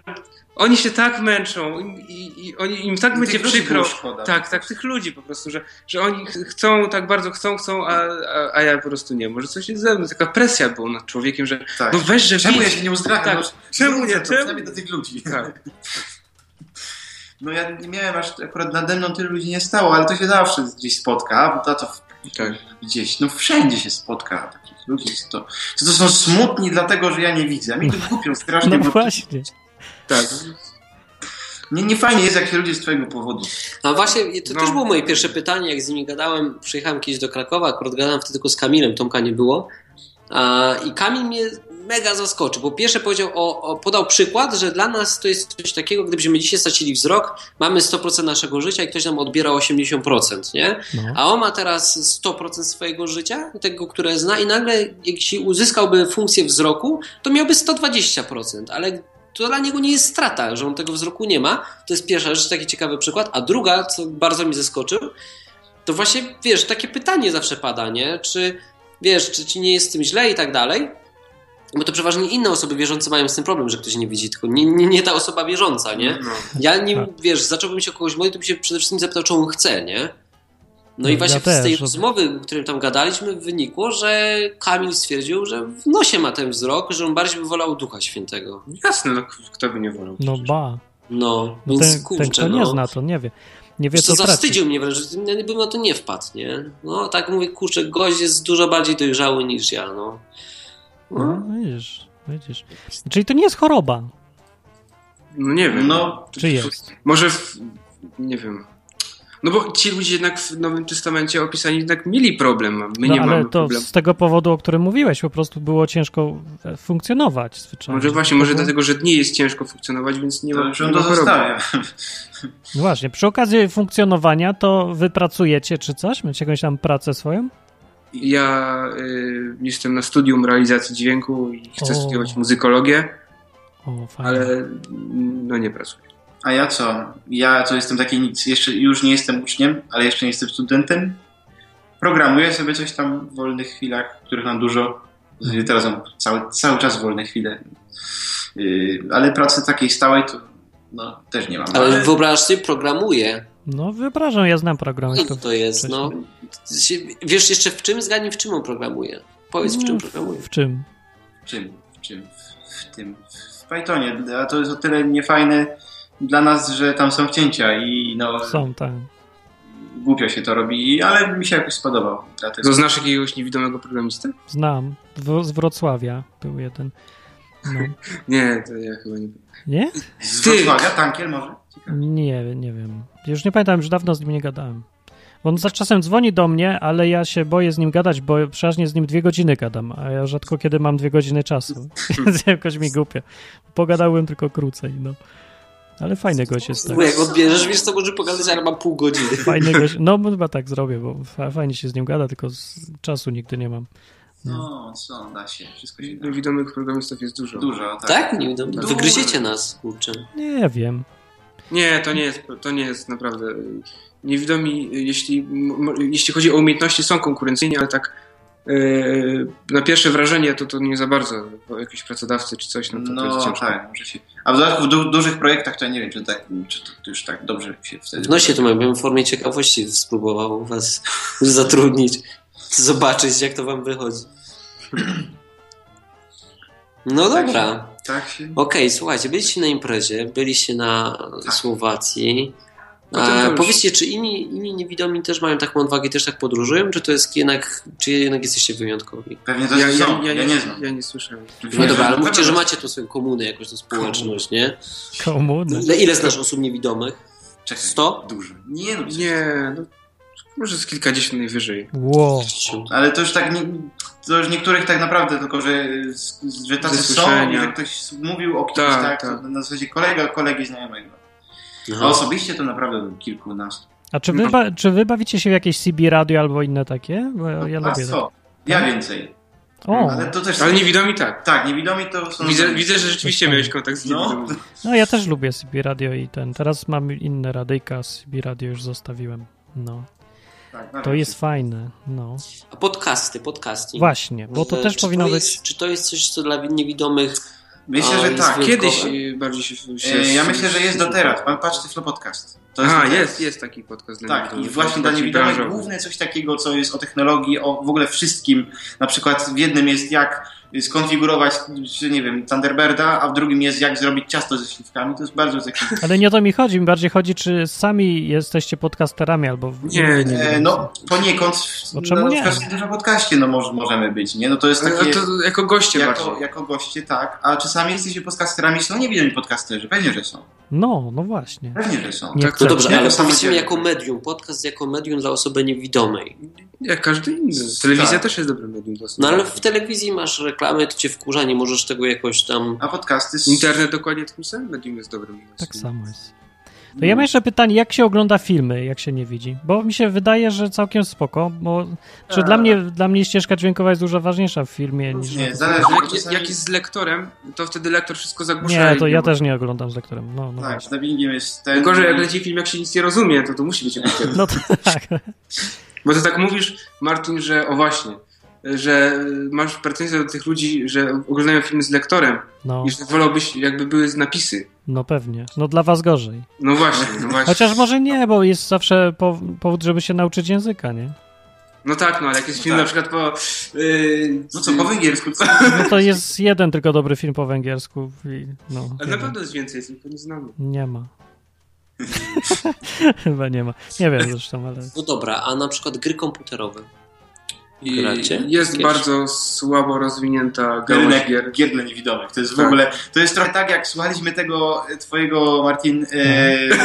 D: Oni się tak męczą im- i, i oni, im tak
C: Tych
D: będzie
C: ludzi
D: przykro.
C: było szkoda.
D: Tak, tak, tych ludzi po prostu, że, że oni ch- chcą, tak bardzo chcą, chcą, a, a, a ja po prostu nie. Może coś jest ze mną, taka presja była nad człowiekiem, że
C: tak.
D: no weź, że
C: Czemu ja
D: widz-
C: się nie uzdrawiam?
D: Tak.
C: No,
D: Czemu nie?
C: wrócę to
D: Czemu?
C: Przynajmniej do tych ludzi.
D: Tak.
C: No ja nie miałem aż, akurat nade mną tylu ludzi nie stało, ale to się zawsze gdzieś spotka, bo to
D: Tak.
C: gdzieś, no wszędzie się spotka takich ludzi. To, to, to są smutni dlatego, że ja nie widzę. A mi to głupio strasznie,
A: No
C: bo
A: właśnie.
D: Tak.
C: nie, nie fajnie jest, jak się ludzie z twojego powodu.
B: No właśnie, to
D: No.
B: też było moje pierwsze pytanie, jak z nimi gadałem. Przyjechałem kiedyś do Krakowa, akurat gadałem wtedy tylko z Kamilem, Tomka nie było. A, I Kamil mnie mega zaskoczył, bo pierwsze powiedział o, o, podał przykład, że dla nas to jest coś takiego, gdybyśmy dzisiaj stracili wzrok, mamy 100% naszego życia i ktoś nam odbiera 80%, nie?
A: No.
B: A on ma teraz 100% swojego życia, tego, które zna, i nagle, jak się uzyskałby funkcję wzroku, to miałby 120%, ale to dla niego nie jest strata, że on tego wzroku nie ma. To jest pierwsza rzecz, taki ciekawy przykład. A druga, co bardzo mi zaskoczył, to właśnie, wiesz, takie pytanie zawsze pada, nie? Czy, wiesz, czy ci nie jest z tym źle i tak dalej? Bo to przeważnie inne osoby wierzące mają z tym problem, że ktoś nie widzi, tylko nie, nie, nie ta osoba wierząca, nie?
D: No.
B: Ja nie,
A: Tak.
B: wiesz, zacząłbym się o kogoś modlić, to bym się przede wszystkim zapytał, czy on chce, nie? No
A: No
B: i
A: ja
B: właśnie
A: też,
B: z tej
A: że-
B: rozmowy, o której tam gadaliśmy, wynikło, że Kamil stwierdził, że w nosie ma ten wzrok, że on bardziej by wolał Ducha Świętego.
D: Jasne, no, kto by nie wolał.
A: No
D: przecież.
A: ba.
B: No,
A: No
B: więc
A: ten, ten
B: kurczę,
A: kto nie
B: no.
A: zna, to nie wie. Nie wie,
B: Wiesz,
A: co znaczy.
B: co
A: traci.
B: zawstydził mnie wręcz, że bym na to nie wpadł, nie? No, tak mówię, kurczę, gość jest dużo bardziej dojrzały niż ja, no.
A: No,
B: no.
A: widzisz, widzisz. Czyli to nie jest choroba.
D: No nie wiem.
C: No,
A: Czy jest?
D: Może, w, nie wiem. No bo ci ludzie jednak w Nowym Testamencie opisani jednak mieli problem, a my
A: No,
D: nie
A: ale
D: mamy
A: to
D: problemu.
A: z tego powodu, o którym mówiłeś, po prostu było ciężko e, funkcjonować zwyczajnie. No
D: Może właśnie, może
A: To było-
D: dlatego, że dni jest ciężko funkcjonować, więc nie
C: to
D: ma
C: już on to
D: problemu.
C: zostawiam.
A: No właśnie, przy okazji funkcjonowania to wy pracujecie czy coś? Macie jakąś tam pracę swoją?
D: Ja y, jestem na studium realizacji dźwięku i chcę
A: O.
D: studiować muzykologię,
A: O, fajnie.
D: ale mm, no nie pracuję.
C: A ja co? Ja co jestem taki nic, jeszcze już nie jestem uczniem, ale jeszcze nie jestem studentem. Programuję sobie coś tam w wolnych chwilach, których mam dużo. W zasadzie Teraz mam cały, cały czas wolne chwile. Yy, ale pracy takiej stałej to no, też nie mam.
B: Ale wyobraź sobie, programuje.
A: No wyobrażam, ja znam program.
B: Co to jest, no. Wiesz jeszcze w czym? Zgadnij w czym on programuje. Powiedz w czym programuje.
A: No, W czym?
C: W czym? W czym? W, w tym. W Pythonie. A to jest o tyle niefajne dla nas, że tam są cięcia i no
A: Są, tak.
C: głupio się to robi, ale mi się jakoś spodobało. Dlatego
D: To No, znasz jakiegoś niewidomego programistę?
A: Znam. W, z Wrocławia był jeden. No.
D: Nie, to ja chyba nie.
A: Nie?
C: z
D: Ty-
C: Wrocławia, tankiel może?
A: Nie, nie wiem. Już nie pamiętam, już dawno z nim nie gadałem. Bo On za czasem dzwoni do mnie, ale ja się boję z nim gadać, bo przeważnie z nim dwie godziny gadam, a ja rzadko kiedy mam dwie godziny czasu. Więc jakoś mi głupio. Pogadałem tylko krócej, no. Ale fajny gość jest tak.
B: Bo jak odbierzesz, wiesz co, może pogadać, ale mam pół godziny.
A: Fajny gość. No chyba tak zrobię, bo fa- fajnie się z nim gada, tylko z czasu nigdy nie mam.
C: No, co, da się. Wszystko się da.
D: Niewidomych programistów jest dużo.
C: Dużo, tak.
B: Tak? Nie wiem,
C: Dużo.
B: wygryziecie nas, kurczę.
A: Nie wiem.
D: Nie, to nie jest, to nie jest naprawdę. y, Niewidomi, y, jeśli, m- m- jeśli chodzi o umiejętności, są konkurencyjni, ale tak y, na pierwsze wrażenie to, to nie za bardzo, bo jakiś pracodawcy czy coś, no to, to
C: No
D: jest ciężko.
C: tak, może się. A w dodatku w du- dużych projektach to ja nie wiem, czy, tak, czy to, to już tak dobrze się wtedy.
B: W nosie to mam, bym w formie ciekawości spróbował was zatrudnić, zobaczyć jak to wam wychodzi. No
C: Tak
B: dobra.
C: Tak się.
B: Okej, słuchajcie, byliście na imprezie, byliście na
C: Tak.
B: Słowacji.
D: No to to
B: E,
D: już-
B: powiedzcie, czy inni, inni niewidomi też mają taką odwagę i też tak podróżują, czy to jest jednak, czy jednak jesteście wyjątkowi?
C: Pewnie to ja, są. Ja, nie znam.
D: Ja nie słyszałem.
B: No
C: Nie
B: dobra,
C: znam.
B: ale mówcie, że macie tą swoją komunę, jakąś tą społeczność, nie?
A: Komuny.
B: Ile, ile znasz osób niewidomych?
D: Tak.
C: Czekaj,
B: Sto?
C: Dużo. Nie, no,
D: Nie, no, może z kilkadziesiąt najwyżej.
A: Ło.
C: Ale to już tak nie, to już niektórych tak naprawdę, tylko że, że tacy
D: Ze
C: są,
D: słyszenia.
C: że ktoś mówił o kimś
D: Tak,
C: tak,
D: tak.
C: na zasadzie kolega, kolegi znajomego. A
B: Aha.
C: osobiście to naprawdę kilkunastu.
A: A czy wy, ba- czy wy bawicie się w jakieś CB radio albo inne takie? Bo No, ja, ja
C: A
A: lubię.
C: co? Ja więcej.
A: takie. O,
C: Ale to też.
D: Ale niewidomi tak.
C: Tak, niewidomi to są.
D: Widzę, widzę że rzeczywiście
A: No.
D: miałeś kontakt z
C: No,
D: niewidomymi.
A: No ja też lubię CB Radio i ten. Teraz mam inne radyjka, CB Radio już zostawiłem. No,
C: tak,
A: to
C: nawet.
A: jest fajne. No,
B: A podcasty, podcasting.
A: właśnie, bo to
B: E,
A: też
B: czy
A: powinno
B: to
A: być.
B: Jest, czy to jest coś, co dla niewidomych
C: Myślę,
B: A,
C: że
B: i
C: tak.
B: zwy-
D: Kiedyś
B: wyjątkowe.
D: y, bardziej się... się
C: E, Ja myślę, że jest do teraz. Pan patrz Tyflo Podcast. To
D: Aha,
C: do teraz.
D: jest, jest taki podcast dla
C: Tak,
D: niewidomych.
C: i właśnie dla
D: Taki
C: niewidomych
D: branżowy.
C: główne coś takiego, co jest o technologii, o w ogóle wszystkim. Na przykład w jednym jest jak skonfigurować, czy nie wiem, Thunderbirda, a w drugim jest jak zrobić ciasto ze śliwkami. To jest bardzo taki...
A: Ale nie o to mi chodzi, mi bardziej chodzi, czy sami jesteście podcasterami albo... w-
D: Nie, nie.
C: E, no, poniekąd
A: No
C: w,
A: czemu
C: no,
A: nie?
C: w każdym dużym podcaście no, może, możemy być, nie? No to jest
D: Ale
C: takie...
D: to jako goście
C: Jako,
D: bardziej.
C: jako goście, tak. A czasami jesteśmy podcasterami, są niewidomi podcasterzy. Pewnie, że są.
A: No, no właśnie.
C: Pewnie, że są.
A: Nie
D: Tak,
B: No
A: chcę.
B: dobrze,
C: Ja
B: ale
C: to samo
B: powiedzmy
C: dzielę.
B: jako medium, podcast jako medium dla osoby niewidomej.
D: Jak każdy inny. Telewizja
C: Tak.
D: też jest dobrym medium dla
B: No ale
D: słuchania.
B: w telewizji masz reklamy, to cię wkurza, nie możesz tego jakoś tam...
C: A podcasty... z-
D: Internet dokładnie takim samym medium jest dobrym. dla
A: Tak
D: słuchania.
A: samo jest. To ja mam jeszcze pytanie, jak się ogląda filmy, jak się nie widzi? Bo mi się wydaje, że całkiem spoko, bo czy dla mnie, dla mnie ścieżka dźwiękowa jest dużo ważniejsza w filmie niż...
C: E. Nie, zależy. bo
D: Jak,
C: czasami-
D: jak jest z lektorem, to wtedy lektor wszystko zagłusza.
A: Nie, to
D: i-
A: ja też nie oglądam z lektorem. No, no,
C: Tak,
A: właśnie.
C: z dubbingiem jest ten...
D: Tylko, że jak leci film, jak się nic nie rozumie, to to musi być lektor.
A: no to, tak.
D: Bo ty tak mówisz, Martin, że o właśnie, że masz pretensje do tych ludzi, że oglądają filmy z lektorem
A: No,
D: i że wolałbyś, jakby były napisy.
A: no pewnie. No dla was gorzej.
D: No właśnie, no właśnie.
A: Chociaż może nie, bo jest zawsze po- powód, żeby się nauczyć języka, nie?
D: No tak, no ale jak jest
C: No
D: film
C: tak.
D: na przykład po... Tak, Yy,
C: No co, po węgiersku? co?
A: No to jest jeden tylko dobry film po węgiersku. I, no,
D: Ale
A: jeden.
D: na pewno jest więcej, tylko nie znamy.
A: Nie ma. Chyba nie ma. Nie wiem zresztą, ale...
B: No dobra, a na przykład gry komputerowe.
D: I
B: Gracie?
D: Jest
B: Kiedyś?
D: bardzo słabo rozwinięta gałąź
C: Rynek
D: gier.
C: gier dla niewidomych. To jest w
D: Tak.
C: ogóle, to jest trochę tak, jak słuchaliśmy tego e, twojego, Martin, e, gry,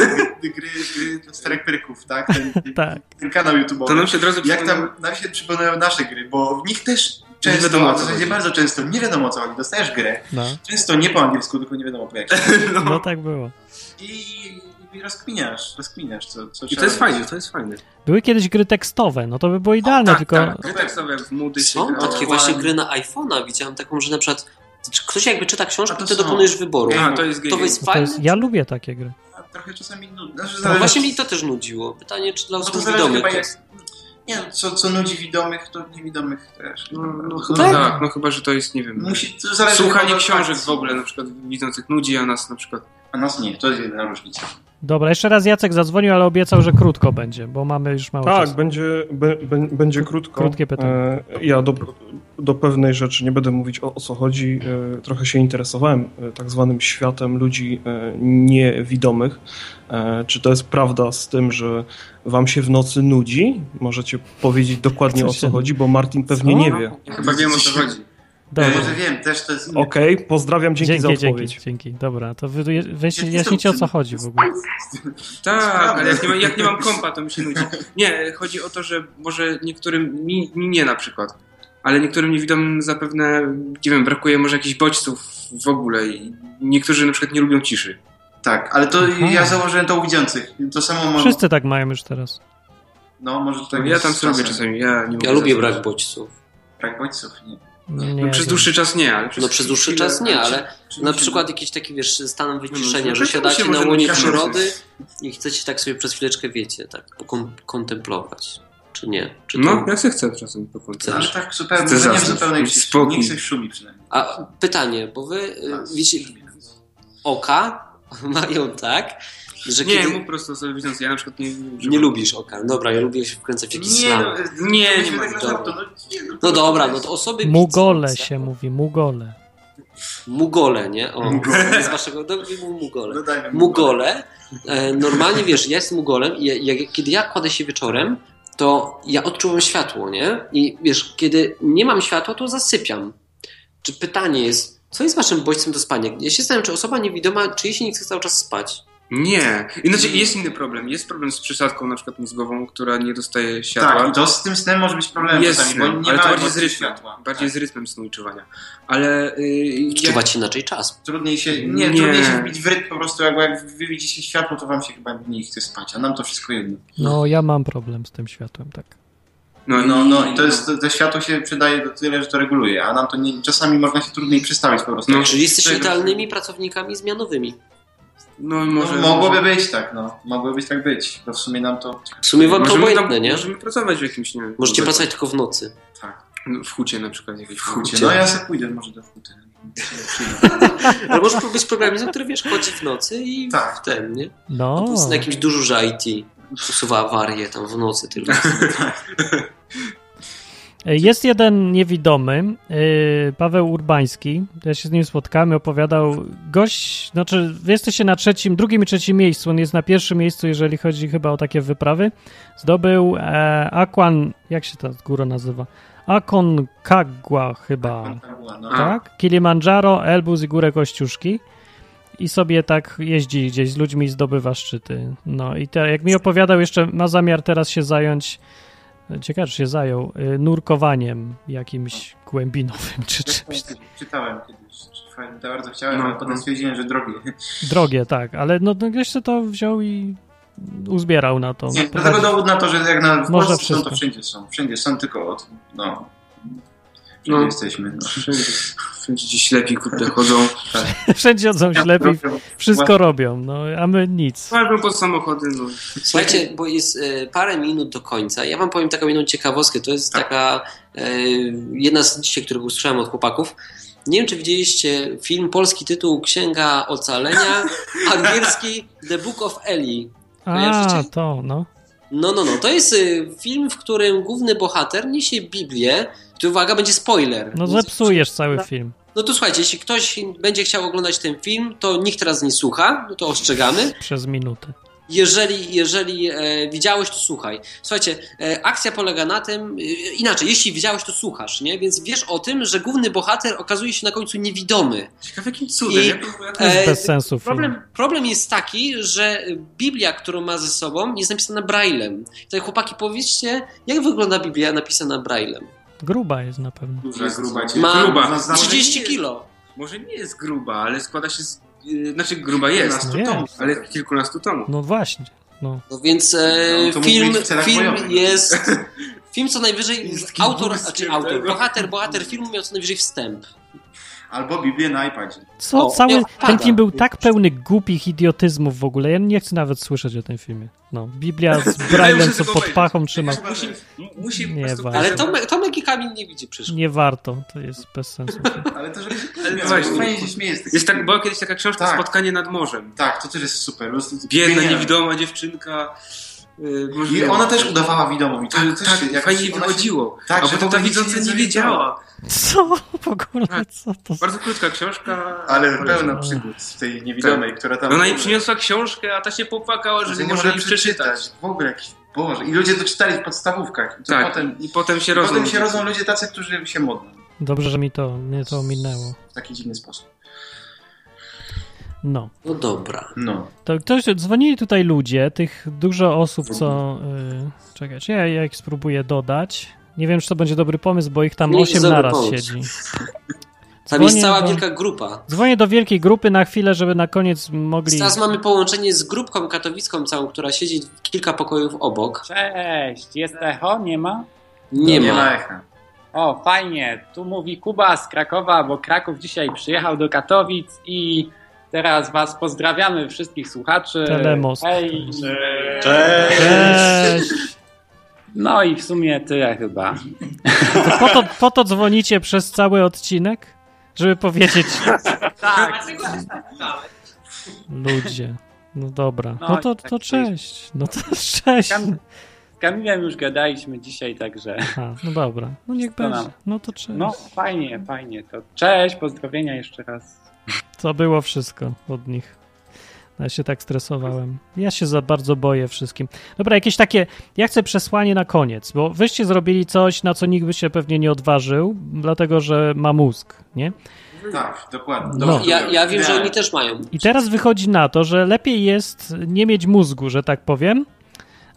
C: gry, gry dla starych pyrków, tak? Ten,
A: Tak.
C: ten kanał YouTube'owy.
D: To nam się od razu
C: Jak
D: przypomniało-
C: tam nam się przypominają nasze gry, bo w nich też często,
D: wiadomo, o co
C: w zasadzie
D: chodzi.
C: bardzo często, nie wiadomo o co chodzi, dostajesz grę,
A: No,
C: często nie po angielsku, tylko nie wiadomo po jakim.
A: no tak było.
C: I, i rozkminiasz, rozkminiasz, co, co
D: I
C: trzeba
D: to jest
C: robić.
D: fajne, to jest fajne.
A: Były kiedyś gry tekstowe, no to by było idealne,
D: tak,
A: tylko...
D: Tak, gry tekstowe w mudy się
B: Są
D: grało.
B: takie właśnie gry na iPhone'a, widziałem taką, że na przykład czy ktoś jakby czyta książkę,
C: A
B: to
C: to
B: ty
C: są.
B: dokonujesz wyboru.
D: A, to jest
B: To
D: gaming.
B: jest
A: No to
B: fajne.
A: jest, ja lubię takie gry.
C: A Trochę czasami nudne. Znaczy,
B: No
C: zależy-
B: właśnie mi to też nudziło. Pytanie, czy dla
C: No to
B: osób
C: zależy
B: widomych
C: chyba
B: to
C: jak...
B: jest...
C: Nie, no, co, co nudzi widomych, to niewidomych też.
D: No, no,
C: To
D: chyba tak, no chyba, że to jest, nie wiem...
C: Musi, to zależy
D: Słuchanie
C: chyba od
D: książek
C: atrakcji.
D: w ogóle, na przykład widzących nudzi, a nas na przykład.
C: A nas nie, to jest jedna różnica.
A: Dobra, jeszcze raz Jacek zadzwonił, ale obiecał, że krótko będzie, bo mamy już mało
E: Tak,
A: czasu.
E: będzie, be, be, będzie krótko.
A: Krótkie pytanie.
E: E, Ja do, do pewnej rzeczy nie będę mówić o, o co chodzi. E, Trochę się interesowałem e, tak zwanym światem ludzi e, niewidomych. E, Czy to jest prawda z tym, że wam się w nocy nudzi? Możecie powiedzieć dokładnie o
A: Chce
E: co
A: się-
E: chodzi, bo Martin pewnie
A: Co?
E: nie wie.
D: Ja chyba wiem o co chodzi.
C: Ja
A: Dobra.
C: może wiem, też to jest...
E: Okej, pozdrawiam, dzięki, za
A: dzięki,
E: odpowiedź.
A: dzięki, dzięki. Dobra, to wy je-
C: Ja
A: weź,
C: nie
A: jaśnijcie o co
C: jestem-
A: chodzi w ogóle.
D: Tak,
C: Sprawdzę.
D: ale jak nie, ma, jak nie mam kompa, to mi się nudzi. Nie, chodzi o to, że może niektórym, mi, mi nie na przykład, ale niektórym niewidomym zapewne, nie wiem, brakuje może jakichś bodźców w ogóle i niektórzy na przykład nie lubią ciszy.
C: Tak, ale to
A: Aha.
C: ja założyłem to u widzących. To samo może...
A: Wszyscy tak mają już teraz.
C: No, może tak
D: ja
C: jest
D: tam
C: z
D: sobie robię
C: czasem.
D: czasami, ja nie
B: Ja
D: mogę
B: lubię
D: zasnąć.
B: brak bodźców. No
C: Brak bodźców, nie.
A: Nie
D: No, przez
A: wiem.
D: dłuższy czas nie, ale przez
B: No przez dłuższy
D: chwilę-
B: czas nie, ale
C: Czy
B: na
C: mi tak się-
B: przykład jakiś taki, wiesz, stan
D: No,
B: wyciszenia,
D: no,
B: że
D: to się
B: siadacie na
D: może
B: łonie
D: nudzić.
B: przyrody i chcecie tak sobie przez chwileczkę, wiecie, tak pokom- kontemplować. Czy nie? Czy to...
D: No, ja se chcę czasem po końcu.
B: Znaczy,
C: Ale tak zupełnie,
D: Chcę
C: że nie w
D: zasnąć.
C: zupełnej ciszy.
D: Spokój.
C: Niech coś szumi przynajmniej.
B: A pytanie, bo wy, y,
C: Tak,
B: wiecie,
C: szumi.
B: oka mają tak, że
D: Nie,
B: kiedy...
D: mów prosto sobie widząc, ja na przykład nie...
B: Nie lubisz oka. Dobra, ja lubię się wkręcać w jakiś
C: Nie,
B: slam.
C: no,
D: Nie, e- nie
C: myśmy
D: ma-
C: tak na
B: dobra.
C: żartu, no, nie, no,
B: No
C: to-
B: dobra, no to osoby
A: Mugole
B: widzące-
A: się mówi, mugole.
B: Mugole, nie? O,
C: Mugole.
B: z waszego domu mu mugole.
C: No dajmy mu
B: Mugole,
C: golę.
B: e, normalnie wiesz, ja jestem mugolem i ja, jak- kiedy ja kładę się wieczorem, to ja odczuwam światło, nie? I wiesz, kiedy nie mam światła, to zasypiam. Czy pytanie jest, co jest waszym bodźcem do spania? Ja się zastanawiam, czy osoba niewidoma, czy jej się nie chce cały czas spać?
D: Nie. Inaczej
C: Mm.
D: jest inny problem. Jest problem z przesadką na przykład mózgową, która nie dostaje
C: Tak,
D: światła.
C: i to z tym snem może być problem
D: jest
C: czasami,
D: snem,
C: bo nie
D: ale
C: ma
D: to bardziej z
C: emocji
D: rytmem.
C: światła.
D: Bardziej z rytmem snu i czuwania. Ale yy, jak,
B: Czuwać inaczej czas.
C: Trudniej się, nie,
D: Nie.
C: trudniej się wbić w rytm po prostu, jak, jak wy widzicie światło, to wam się chyba nie chce spać, a nam to wszystko jedno.
A: No, ja mam problem z tym światłem, tak.
D: no,
C: No, no i to jest, to, to światło się przydaje do tyle, że to reguluje, a nam to nie, czasami można się trudniej przystawić po prostu. Tak.
D: No,
B: Czyli jesteście
C: Czego?
B: idealnymi pracownikami zmianowymi.
D: No, i
C: No,
D: może,
C: mogłoby być tak, no. Mogłoby tak być, bo w sumie nam to...
B: W sumie wam to
D: możemy
B: obojętne,
D: tam-
B: nie?
D: Możemy pracować w jakimś, nie wiem,
B: Możecie
D: w-
B: pracować tylko w nocy.
C: Tak,
D: no, w hucie na przykład. Jakieś
C: w hucie. No ja sobie pójdę może do huty.
B: Ale może być programizm, który wiesz, chodzi w nocy i
C: Tak.
B: w ten, nie? Po
A: No,
B: prostu na jakimś dużurze IT usuwa awarię tam w nocy tylko.
A: E, jest jeden niewidomy, yy, Paweł Urbański, ja się z nim spotkałem i opowiadał, gość, znaczy wy jesteście na trzecim, drugim i trzecim miejscu, on jest na pierwszym miejscu, jeżeli chodzi chyba o takie wyprawy, zdobył e, Akwan, jak się ta góra nazywa? Aconcagua chyba,
C: Tak była, no.
A: tak? Kilimandżaro, Elbus i Górę Kościuszki. I sobie tak jeździ gdzieś z ludźmi i zdobywa szczyty. No i te, jak mi opowiadał, jeszcze ma zamiar teraz się zająć, ciekawe, czy się zajął, y, nurkowaniem jakimś głębinowym czy czymś.
C: Czytałem- Czytałem kiedyś. Fajnie, Bardzo chciałem,
D: No,
C: ale potem
D: no.
C: stwierdziłem, że drogie.
A: Drogie, tak, ale no, no ktoś se to wziął i uzbierał na to.
C: Nie, dlatego dowód na to, że jak na w
A: Można
C: Polsce są,
A: wszystko.
C: to wszędzie są. Wszędzie są, tylko od... No. Wszędzie
D: No.
C: jesteśmy. No.
D: Wszędzie, wszędzie ci ślepi, kurde, chodzą.
C: Tak.
A: Wszędzie odzą się lepiej,
C: Drogie-
A: wszystko robią, no a my nic.
D: Farbią pod samochody, no.
B: Słuchajcie, bo jest e, parę minut do końca. Ja wam powiem taką jedną ciekawostkę. To jest taka e, jedna z dzisiaj, których usłyszałem od chłopaków. Nie wiem, czy widzieliście film, polski tytuł Księga Ocalenia, angielski The Book of Eli.
A: A,
B: Kojarzycie?
A: to, no.
B: No, no, no. To jest y, film, w którym główny bohater niesie Biblię. Tu uwaga, będzie spoiler.
A: No
B: Więc-
A: zepsujesz cały film.
B: No to słuchajcie, jeśli ktoś będzie chciał oglądać ten film, to nikt teraz nie słucha, no to ostrzegamy.
A: Przez minutę.
B: Jeżeli, jeżeli e, widziałeś, to słuchaj. Słuchajcie, e, akcja polega na tym, e, inaczej, jeśli widziałeś, to słuchasz, nie? Więc wiesz o tym, że główny bohater okazuje się na końcu niewidomy.
D: Ciekawe jakim cudem, tak
B: I-
D: jak, jak
A: To jest
B: E,
A: bez sensu film.
B: Problem, problem jest taki, że Biblia, którą ma ze sobą, jest napisana braillem. Tutaj chłopaki, powiedzcie, jak wygląda Biblia napisana braillem?
A: Gruba jest na pewno.
C: Duża, gruba cię.
B: Ma
D: gruba.
C: No, znamy-
B: 30 kilo.
D: może nie jest gruba, ale składa się z... e, Znaczy gruba jest,
A: Nie.
D: ale z kilkunastu tomów.
A: No właśnie. No.
B: No więc e,
C: No, to mógł
B: film,
C: być w celach
B: film
C: bojowych.
B: jest. Film co najwyżej.
D: Jest taki
B: Autor,
D: błysk
B: znaczy
D: tego.
B: autor, bohater, bohater filmu miał co najwyżej wstęp.
C: Albo Biblię na iPadzie.
A: Co,
B: O,
A: cały,
B: nie,
A: ten
B: pada.
A: film był tak pełny głupich idiotyzmów w ogóle. Ja nie chcę nawet słyszeć o tym filmie. No, Biblia z Braillem,
D: muszę
A: co
D: tylko
A: pod
D: obejrzeć.
A: pachą trzyma.
D: Musi, mu- musi
A: Nie
D: po prostu...
A: warto.
B: Ale Tomek, Tomek i Kamil nie widzi przyszłości.
A: Nie warto, to jest bez sensu.
C: Ale to, żeby się
D: Ale
C: miał,
D: właśnie.
C: bo fajnie się śmieje z tych
D: Jest tak,
C: filmów.
D: była kiedyś taka książka
C: Tak.
D: Spotkanie nad morzem.
C: Tak, to też jest super. po prostu
D: Biedna,
C: genialne.
D: niewidoma dziewczynka. e, może
C: I
D: nie-
C: ona też udawała widomą. I to,
D: Tak,
C: też
D: tak,
C: się jakoś-
D: fajnie jej
C: ona się-
D: wychodziło.
C: tak,
D: a
C: że
D: potem
C: w ogóle
D: ta
C: nic
D: widząca
C: nie
D: nie wiedziała.
A: Co w ogóle,
B: Tak.
A: co to za...
D: Bardzo krótka książka.
C: Ale
D: polecam.
C: pełna przygód w tej niewidomej, która tam...
D: Tak. No ona jej przyniosła książkę, a ta się popłakała, że
C: że
D: nie może jej przeczytać.
C: W ogóle jakiś... Boże. I ludzie to czytali w podstawówkach. I to
D: Tak,
C: potem...
D: i potem się
C: Potem
D: rozumie.
C: się rodzą ludzie tacy, którzy się modlą.
A: Dobrze, że mi to, mnie to ominęło.
C: W taki dziwny sposób.
A: No.
B: No dobra.
C: No.
A: To ktoś, dzwonili tutaj ludzie, tych dużo osób, co... Y, czekać, ja, ja ich spróbuję dodać. Nie wiem, czy to będzie dobry pomysł, bo ich tam
B: Nie,
A: osiem
B: dobry
A: naraz
B: pomysł.
A: siedzi.
B: Tam jest
A: Dzwonię
B: cała
A: do-
B: wielka grupa.
A: Dzwonię do wielkiej grupy na chwilę, żeby na koniec mogli...
B: Teraz mamy połączenie z grupką katowicką całą, która siedzi kilka pokojów obok.
G: Cześć, jest echo, nie ma?
B: Nie
C: Nie ma
B: ma.
C: echa.
G: O, fajnie, tu mówi Kuba z Krakowa, bo Kraków dzisiaj przyjechał do Katowic i teraz was pozdrawiamy wszystkich słuchaczy.
A: Telemost.
G: Hej.
A: Cześć!
G: No i w sumie tyle chyba.
A: To po, to, po to dzwonicie przez cały odcinek? Żeby powiedzieć,
G: Tak,
A: ludzie. No dobra.
G: No
A: No to,
G: i
A: to
G: tak to
A: cześć. No to cześć.
G: Kam- z Kamilem już gadaliśmy dzisiaj, także
A: Aha, no dobra. No niech
G: To nam.
A: będzie. No to cześć.
G: no fajnie, fajnie. To cześć, pozdrowienia jeszcze raz.
A: To było wszystko od nich. Ja się tak stresowałem. Ja się za bardzo boję wszystkim. Dobra, jakieś takie. Ja chcę przesłanie na koniec, bo wyście zrobili coś, na co nikt by się pewnie nie odważył, dlatego że ma mózg, nie?
C: Tak, dokładnie.
A: No.
C: Dobrze,
B: Ja,
C: dobrze.
B: ja wiem, że
C: Idealnie.
B: oni też mają.
A: I teraz wychodzi na to, że lepiej jest nie mieć mózgu, że tak powiem.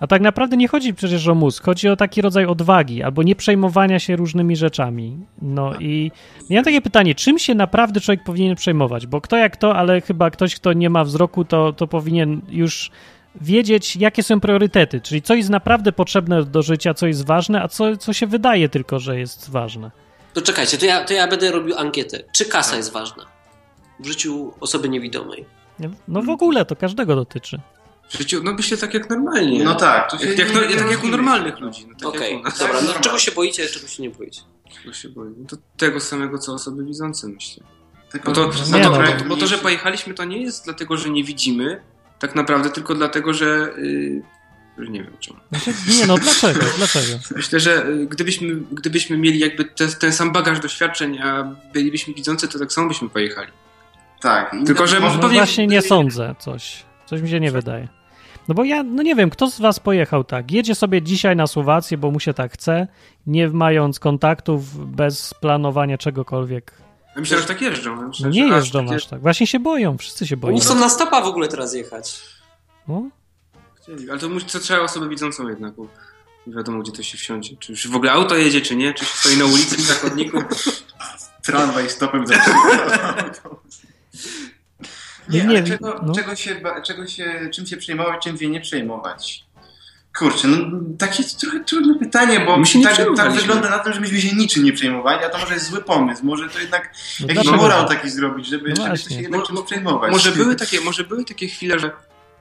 A: A tak naprawdę nie chodzi przecież o mózg, chodzi o taki rodzaj odwagi albo nieprzejmowania się różnymi rzeczami. No i ja mam takie pytanie, czym się naprawdę człowiek powinien przejmować? Bo kto jak to, ale chyba ktoś, kto nie ma wzroku, to, to powinien już wiedzieć, jakie są priorytety, czyli co jest naprawdę potrzebne do życia, co jest ważne, a co, co się wydaje tylko, że jest ważne.
B: To czekajcie, to ja, to ja będę robił ankietę. Czy
D: Tak.
B: kasa jest ważna w życiu osoby niewidomej?
A: No w ogóle to każdego dotyczy.
D: W życiu, no myślę tak jak normalnie.
C: No tak, to się
D: jak, jak,
C: nie-
D: no,
C: nie
D: tak jak u
C: rozumie.
D: normalnych ludzi. No, tak
B: Okej,
D: jak u nas.
B: dobra. No,
C: Normalnie.
B: czego się boicie, czego się nie boicie?
D: Bo się boję. No to tego samego, co osoby widzące, myślę.
C: Tylko
D: Bo to,
C: przez
D: bo
A: Nie,
D: to,
A: no,
D: bo,
C: projekt
D: to, bo to, że
C: mniejszy.
D: pojechaliśmy, to nie jest dlatego, że nie widzimy, tak naprawdę, tylko dlatego, że. Yy, że nie wiem czemu.
A: Nie no, dlaczego? Dlaczego?
D: Myślę, że y, gdybyśmy, gdybyśmy mieli jakby te, ten sam bagaż doświadczeń, a bylibyśmy widzący, to tak samo byśmy pojechali.
C: Tak. I
D: Tylko, że
C: może-
A: No
D: pewnie-
A: właśnie nie sądzę coś. Coś mi się nie wydaje. No bo ja, no nie wiem, kto z was pojechał tak? Jedzie sobie dzisiaj na Słowację, bo mu się tak chce, nie mając kontaktów, bez planowania czegokolwiek.
D: Ja myślę, że tak jeżdżą. Myślę,
A: No nie
D: że aż
A: jeżdżą
D: takie-
A: aż tak. Właśnie się boją, wszyscy się boją.
B: Oni chcą na stopa w ogóle teraz jechać.
A: No,
D: Chcieli, Ale to, musi- to trzeba osobę widzącą jednak, bo nie wiadomo, gdzie to się wsiądzie. Czy już w ogóle auto jedzie, czy nie? Czy się stoi na ulicy, w zachodniku?
C: Tramwaj stopem za
A: Nie,
C: Nie,
A: nie,
C: ale czego,
A: no.
C: czego się, ba- czego się, czym się przejmować, czym się nie przejmować? Kurczę, no takie trochę trudne pytanie, bo
D: My się nie
C: tak, tak
D: przejmowaliśmy.
C: wygląda na to, że myśmy się niczym nie przejmowali, a to może jest zły pomysł. Może to jednak
A: no
C: jakiś
A: dlaczego?
C: morał taki zrobić, żeby,
A: No
C: żeby
A: właśnie.
C: się jednak
D: Mo-
C: czymś
D: mo-
C: przejmować.
D: Może były takie, może były takie chwile, że,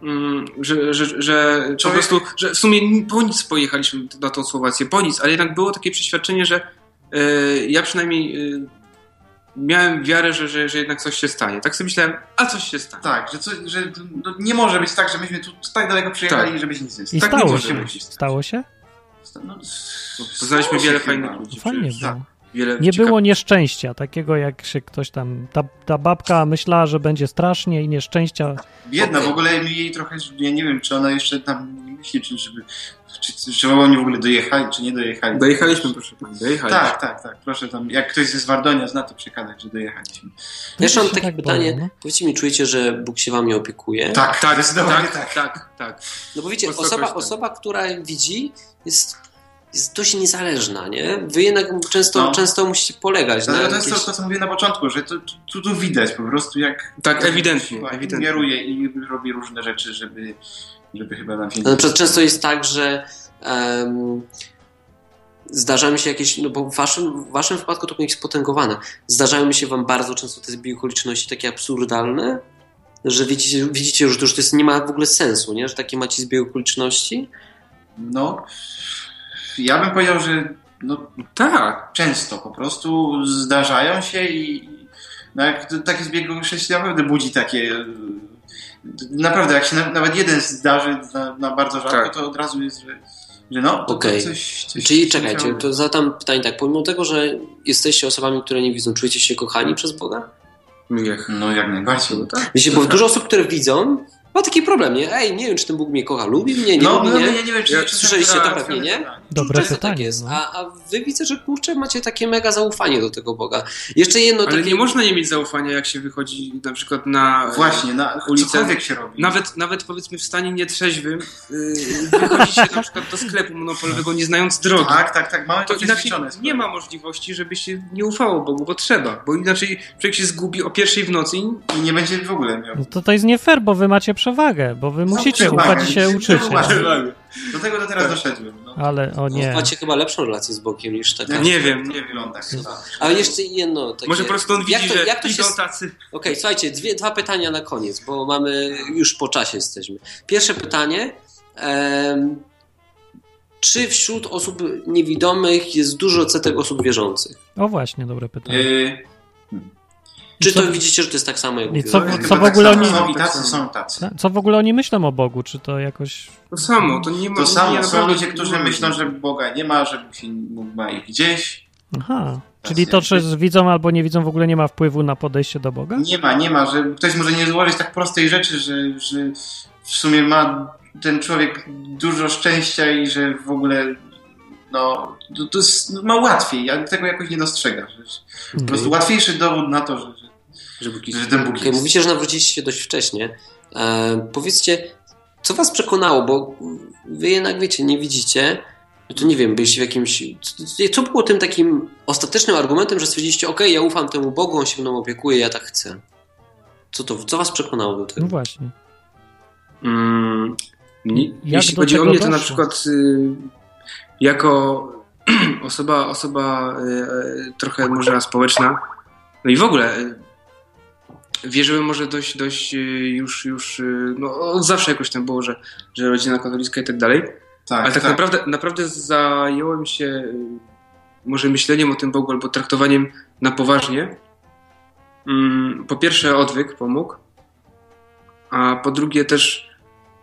D: mm, że, że, że po
C: Człowiek-
D: prostu, że w sumie ni- po nic pojechaliśmy na tą Słowację, po nic, ale jednak było takie przeświadczenie, że e, ja przynajmniej e, miałem wiarę, że, że, że jednak coś się stanie. Tak sobie myślałem, a coś się stanie.
C: Tak, że, co, że no, nie może być tak, że myśmy tu tak daleko przyjechali, żeby się nic nie
A: I
C: stało.
D: tak nie
A: stało
D: może
A: się.
D: być.
A: Stało się? No
C: No,
D: Poznaliśmy
C: stało
D: wiele
C: się
D: fajnych
C: chyba.
D: ludzi.
A: Fajnie
D: przecież.
A: było.
D: Wiele
A: Nie
D: ciekawych-
A: było nieszczęścia, takiego jak się ktoś tam. Ta, ta babka myślała, że będzie strasznie i nieszczęścia.
C: Biedna,
D: Okej.
C: w ogóle mi jej trochę, ja nie wiem, czy ona jeszcze tam nie myśli, czy żeby, czy, czy oni w ogóle dojechali, czy nie dojechali.
D: Dojechaliśmy, proszę pani, dojechaliśmy.
C: Tak, tak, tak, proszę tam, jak ktoś jest z Wardonia zna, to przekazać, że dojechaliśmy.
B: Jeszcze
A: Ja
B: mam
A: się
B: takie
A: tak
B: pytanie.
A: boję, no.
B: Powiedzcie mi, czujecie, że Bóg się wam nie opiekuje?
C: Tak, tak, zdecydowanie
D: tak,
C: tak.
D: tak, tak, tak.
B: No bo wiecie,
D: Wysokość,
B: osoba,
D: tak.
B: osoba, która widzi, jest, jest dość niezależna, nie? Wy jednak często,
C: No.
B: często musicie polegać na
C: Dlatego to jest
B: jakieś...
C: to, to, co mówię na początku, że to, tu, tu, tu widać po prostu, jak
D: Tak, ewidentnie, ewidentnie.
C: ingeruje i robi różne rzeczy, żeby, żeby chyba nam się...
B: Na przykład często jest tak, że em, zdarza mi się jakieś, no bo w waszym, w waszym wypadku to pewnie jest potęgowane, zdarzają mi się wam bardzo często te zbiegi okoliczności takie absurdalne, że widzicie, widzicie już, to już to jest, nie ma w ogóle sensu, nie? Że takie macie zbieg okoliczności.
C: No, ja bym powiedział, że no,
D: Tak,
C: często po prostu zdarzają się i i- no jak to- taki zbieg okoliczności naprawdę budzi takie. e, Naprawdę, jak się na, nawet jeden zdarzy na, na bardzo rzadko,
D: Tak.
C: to od razu jest, że, że no, to,
B: Okej.
C: to coś, coś.
B: Czyli
C: coś
B: czekajcie,
C: musiało
B: to zadam pytanie tak, pomimo tego, że jesteście osobami, które nie widzą, czujecie się kochani przez Boga?
D: Miłych.
C: być. No, jak najbardziej.
D: No tak.
B: Wiecie, bo dużo osób, które widzą, ma taki problem, nie? Ej, nie wiem, czy ten Bóg mnie kocha, lubi mnie, nie
C: No,
B: lubi
C: no,
B: mnie.
C: ja nie wiem, czy
D: Jak
C: czy-
B: słyszeliście, to
C: tak,
B: pewnie nie?
C: tak.
A: Dobre
B: Często tak
A: pytanie.
B: jest.
A: no.
B: A, a wy widzę, że kurczę, macie takie mega zaufanie do tego Boga. Jeszcze
A: No
B: jedno
D: Ale
B: takie...
D: nie można nie mieć zaufania, jak się wychodzi na przykład na...
C: Właśnie, na
D: Ulice.
C: cokolwiek się robi.
D: Nawet, nawet powiedzmy w stanie nietrzeźwym yy, wychodzi się na przykład do sklepu monopolowego nie znając drogi.
C: Tak, tak, tak, mamy
D: To
C: to
D: inaczej
C: przećwiczone.
D: nie ma możliwości, żeby się nie ufało Bogu, bo trzeba. Bo inaczej człowiek się zgubi o pierwszej w nocy i
C: I nie będzie w ogóle miał.
A: No to to jest nie fair, bo wy macie przewagę, bo wy musicie
C: No, przewagę,
A: ufać i się
C: nie
A: uczyć.
C: zauważy. Do tego do teraz doszedłem. No.
A: Ale o
B: No,
A: nie.
B: Macie chyba lepszą relację z Bogiem niż taka.
C: Tak.
D: Nie wiem, nie wiem.
C: Wygląda,
A: No,
B: Ale jeszcze jedno takie...
D: może po prostu on widzi,
B: Tak jak to,
D: że
B: jak to się...
D: idą
B: s- Okej,
D: tacy...
B: słuchajcie, dwie, dwa pytania na koniec, bo mamy... Już po czasie jesteśmy. Pierwsze pytanie... em, czy wśród osób niewidomych jest duży odsetek osób wierzących?
A: O właśnie, dobre
D: Y-
A: pytanie.
C: Yy,
B: Czy
A: co-
B: to widzicie, że to jest tak samo jak
A: I
B: u
A: co-
B: wierzących?
A: co w ogóle
C: tak samo
D: oni-
C: Są i tacy, są tacy.
A: Co- Co w ogóle oni myślą o Bogu? Czy to jakoś.
D: To samo, to nie ma...
C: To
D: nie,
C: samo, są
D: naprawdę
C: ludzie,
D: nie
C: którzy
D: ma-
C: myślą, że Boga nie ma, że Bóg się Bóg ma ich gdzieś.
A: Aha. Czyli to, czy z- widzą albo nie widzą, w ogóle nie ma wpływu na podejście do Boga?
C: Nie ma, nie ma, że ktoś może nie złożyć tak prostej rzeczy, że, że w sumie ma ten człowiek dużo szczęścia i że w ogóle no, to, to jest, ma łatwiej, ale tego jakoś nie dostrzega. Że,
A: Hmm.
C: po prostu łatwiejszy dowód na to, że,
D: Że Bóg
C: że,
D: jest...
C: że ten Bóg
B: Okej,
C: jest.
B: mówicie, że nawróciliście się dość wcześnie. E, powiedzcie, co was przekonało, bo wy jednak wiecie, nie widzicie. No to nie wiem, byliście w jakimś. co- Co było tym takim ostatecznym argumentem, że stwierdziliście, okej, ja ufam temu Bogu, on się mną opiekuje, ja tak chcę. Co to, co was przekonało do
A: No
B: tego?
A: właśnie.
D: Mm, nie- jeśli
A: do
D: chodzi o
A: tego
D: mnie, to na
A: doszło?
D: przykład y, jako osoba, osoba y, y, trochę może społeczna, no i w ogóle y, wierzyłem może dość, dość y, już, już y, no, od zawsze jakoś tam było, że, że rodzina katolicka i tak dalej,
C: Tak,
D: ale tak,
C: tak.
D: naprawdę, naprawdę zająłem się y, może myśleniem o tym Bogu albo traktowaniem na poważnie mm, po pierwsze odwyk pomógł, a po drugie też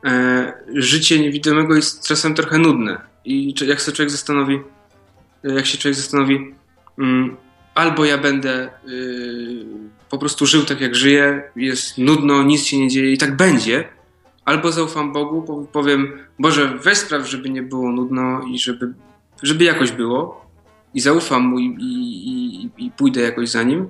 D: e, życie niewidomego jest czasem trochę nudne. I czy- jak się człowiek zastanowi, e, jak się człowiek zastanowi, mm, albo ja będę y, po prostu żył tak jak żyję, jest nudno, nic się nie dzieje i tak będzie, albo zaufam Bogu, po- powiem, Boże, weź spraw, żeby nie było nudno i żeby, żeby jakoś było i zaufam mu i, i, i, i pójdę jakoś za nim,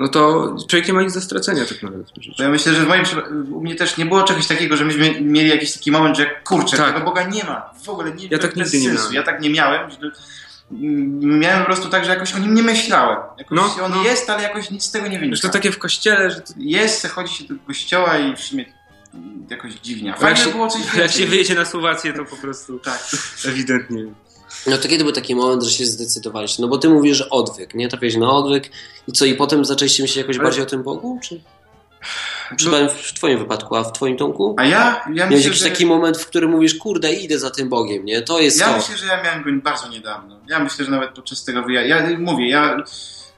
D: no to człowiek nie ma nic do stracenia tak naprawdę w tym życiu.
C: Bo ja myślę, że w moim przypa- u mnie też nie było czegoś takiego, że myśmy mieli jakiś taki moment, że kurczę,
D: Tak.
C: tego Boga nie ma. W ogóle nie,
D: Ja tak
C: bez
D: nigdy nie
C: sensu.
D: miałem.
C: Ja tak nie miałem. Że, mm, miałem po prostu tak, że jakoś o nim nie myślałem. Jakoś
D: No,
C: on
D: no.
C: jest, ale jakoś nic z tego nie wynika.
D: Że to tak- takie w kościele, że to,
C: Jest, chodzi się do kościoła i w sumie mm, jakoś dziwnie. A
D: jak
C: Fajnie
D: się,
C: było coś
D: jak się
C: więcej.
D: wyjedzie na Słowację, to po prostu tak, ewidentnie.
B: No to kiedy był taki moment, że się zdecydowaliście? No bo ty mówisz że odwyk, nie? Trafiłeś na odwyk i co, i potem zaczęliście myśleć jakoś
D: Ale-
B: bardziej o tym Bogu? Czy...
C: No-
B: Przydałem w twoim wypadku, a w twoim Tomku?
C: A ja, ja
B: Miałeś
C: myślę,
B: jakiś
C: że...
B: taki moment, w którym mówisz, kurde, idę za tym Bogiem, nie? To jest
C: Ja
B: to.
C: myślę, że ja miałem go bardzo niedawno. Ja myślę, że nawet podczas tego wyjazdu. Ja mówię, ja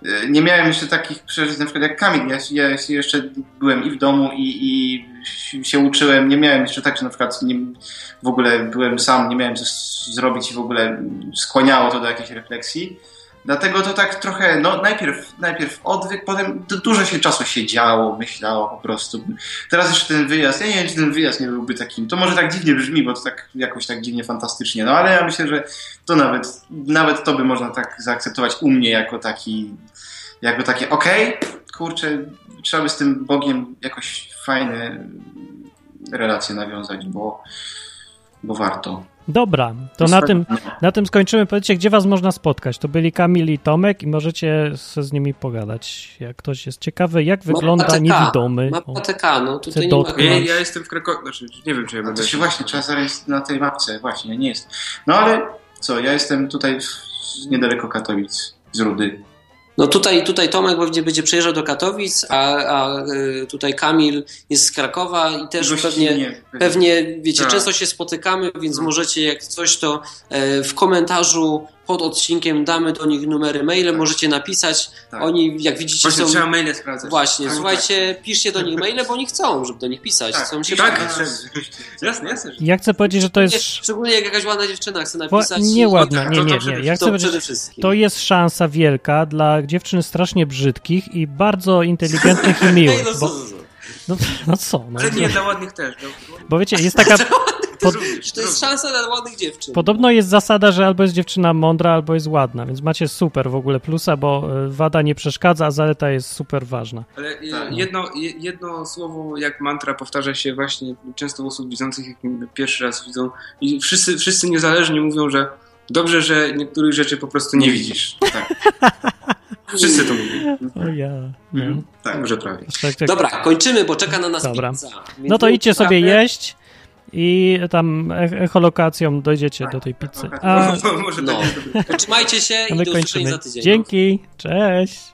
C: e, nie miałem jeszcze takich przeżyć, na przykład jak Kamil. Ja, ja się jeszcze byłem i w domu, i, i się uczyłem. Nie miałem jeszcze tak, że na przykład nie, w ogóle byłem sam, nie miałem co s- zrobić i w ogóle skłaniało to do jakiejś refleksji. Dlatego to tak trochę, no najpierw, najpierw odwyk, potem du- dużo się czasu siedziało, myślało po prostu. Teraz jeszcze ten wyjazd, ja nie wiem, czy ten wyjazd nie byłby takim, to może tak dziwnie brzmi, bo to tak jakoś tak dziwnie fantastycznie, no ale ja myślę, że to nawet, nawet to by można tak zaakceptować u mnie jako taki, jako takie, okej, kurczę, trzeba by z tym Bogiem jakoś fajne relacje nawiązać, bo, bo warto.
A: Dobra, to
C: Jest
A: na
C: tak-
A: tym, na tym skończymy. Powiedzcie, gdzie was można spotkać. To byli Kamil i Tomek i możecie se z nimi pogadać. Jak ktoś jest ciekawy, jak wygląda
B: TK.
A: niewidomy. O,
B: Mapa TK, no tutaj
A: Chcę
B: nie ma...
A: dotknąć.
D: Ja, ja jestem w Krakowie, znaczy nie wiem, czy ja
C: A
D: będę.
C: to się właśnie trzeba zarejestrować na tej mapce, właśnie, nie jest. No ale co, ja jestem tutaj w- niedaleko Katowic, z Rudy.
B: No tutaj, tutaj Tomek pewnie będzie przyjeżdżał do Katowic, a, a y, tutaj Kamil jest z Krakowa i też
C: Gościnnie,
B: pewnie... Pewnie, wiecie,
D: Tak.
B: często się spotykamy, więc możecie jak coś, to e, w komentarzu pod odcinkiem damy do nich numery maile, możecie napisać.
C: Tak.
B: Oni, jak widzicie,
D: Właśnie
B: są...
D: trzeba maile sprawdzać.
B: Właśnie,
D: Tak,
B: słuchajcie, piszcie do nich maile, bo oni chcą, żeby do nich pisać.
C: Tak,
B: chcą się
D: tak.
B: bawić.
D: Tak. Jasne, jasne. że-
A: Ja chcę powiedzieć, że to
B: Nie,
A: jest...
B: Szczególnie jak jakaś ładna dziewczyna chce
A: Bo
B: napisać. No
A: nie ładna,
D: tak,
A: nie,
D: to- to
A: nie, nie.
D: przede
A: Ja chcę
B: To
A: powiedzieć,
B: przede wszystkim.
A: to jest szansa wielka dla dziewczyn strasznie brzydkich i bardzo inteligentnych i
B: Ej,
A: miłych.
B: no, co,
A: Bo,
B: co, co?
A: no, no co? No,
D: Ale nie, dla ładnych też. Dla...
A: bo wiecie, jest taka... Pod-
D: Również,
B: To jest
D: również.
B: szansa dla ładnych dziewczyn.
A: Podobno jest zasada, że albo jest dziewczyna mądra, albo jest ładna, więc macie super w ogóle plusa, bo y, wada nie przeszkadza, a zaleta jest super ważna.
D: Ale e,
C: Tak.
D: jedno, je- jedno słowo jak mantra powtarza się właśnie często u osób widzących, jak mnie pierwszy raz widzą. I wszyscy, wszyscy niezależnie mówią, że dobrze, że niektórych rzeczy po prostu nie widzisz.
C: Tak,
D: Wszyscy to mówią.
A: O ja.
C: Mhm. tak.
D: Dobrze prawie.
A: Tak, tak.
B: Dobra, kończymy, bo czeka na nas
A: Dobra.
B: pizza. Więc tak,
A: No to idźcie sobie
B: wracamy.
A: jeść i tam ech- echolokacją dojdziecie do tej pizzy. A,
D: Może
B: No.
D: tak.
B: Trzymajcie się Tak, i
A: ale
B: do
A: kończymy.
B: usłyszenia za tydzień.
A: Dzięki, cześć.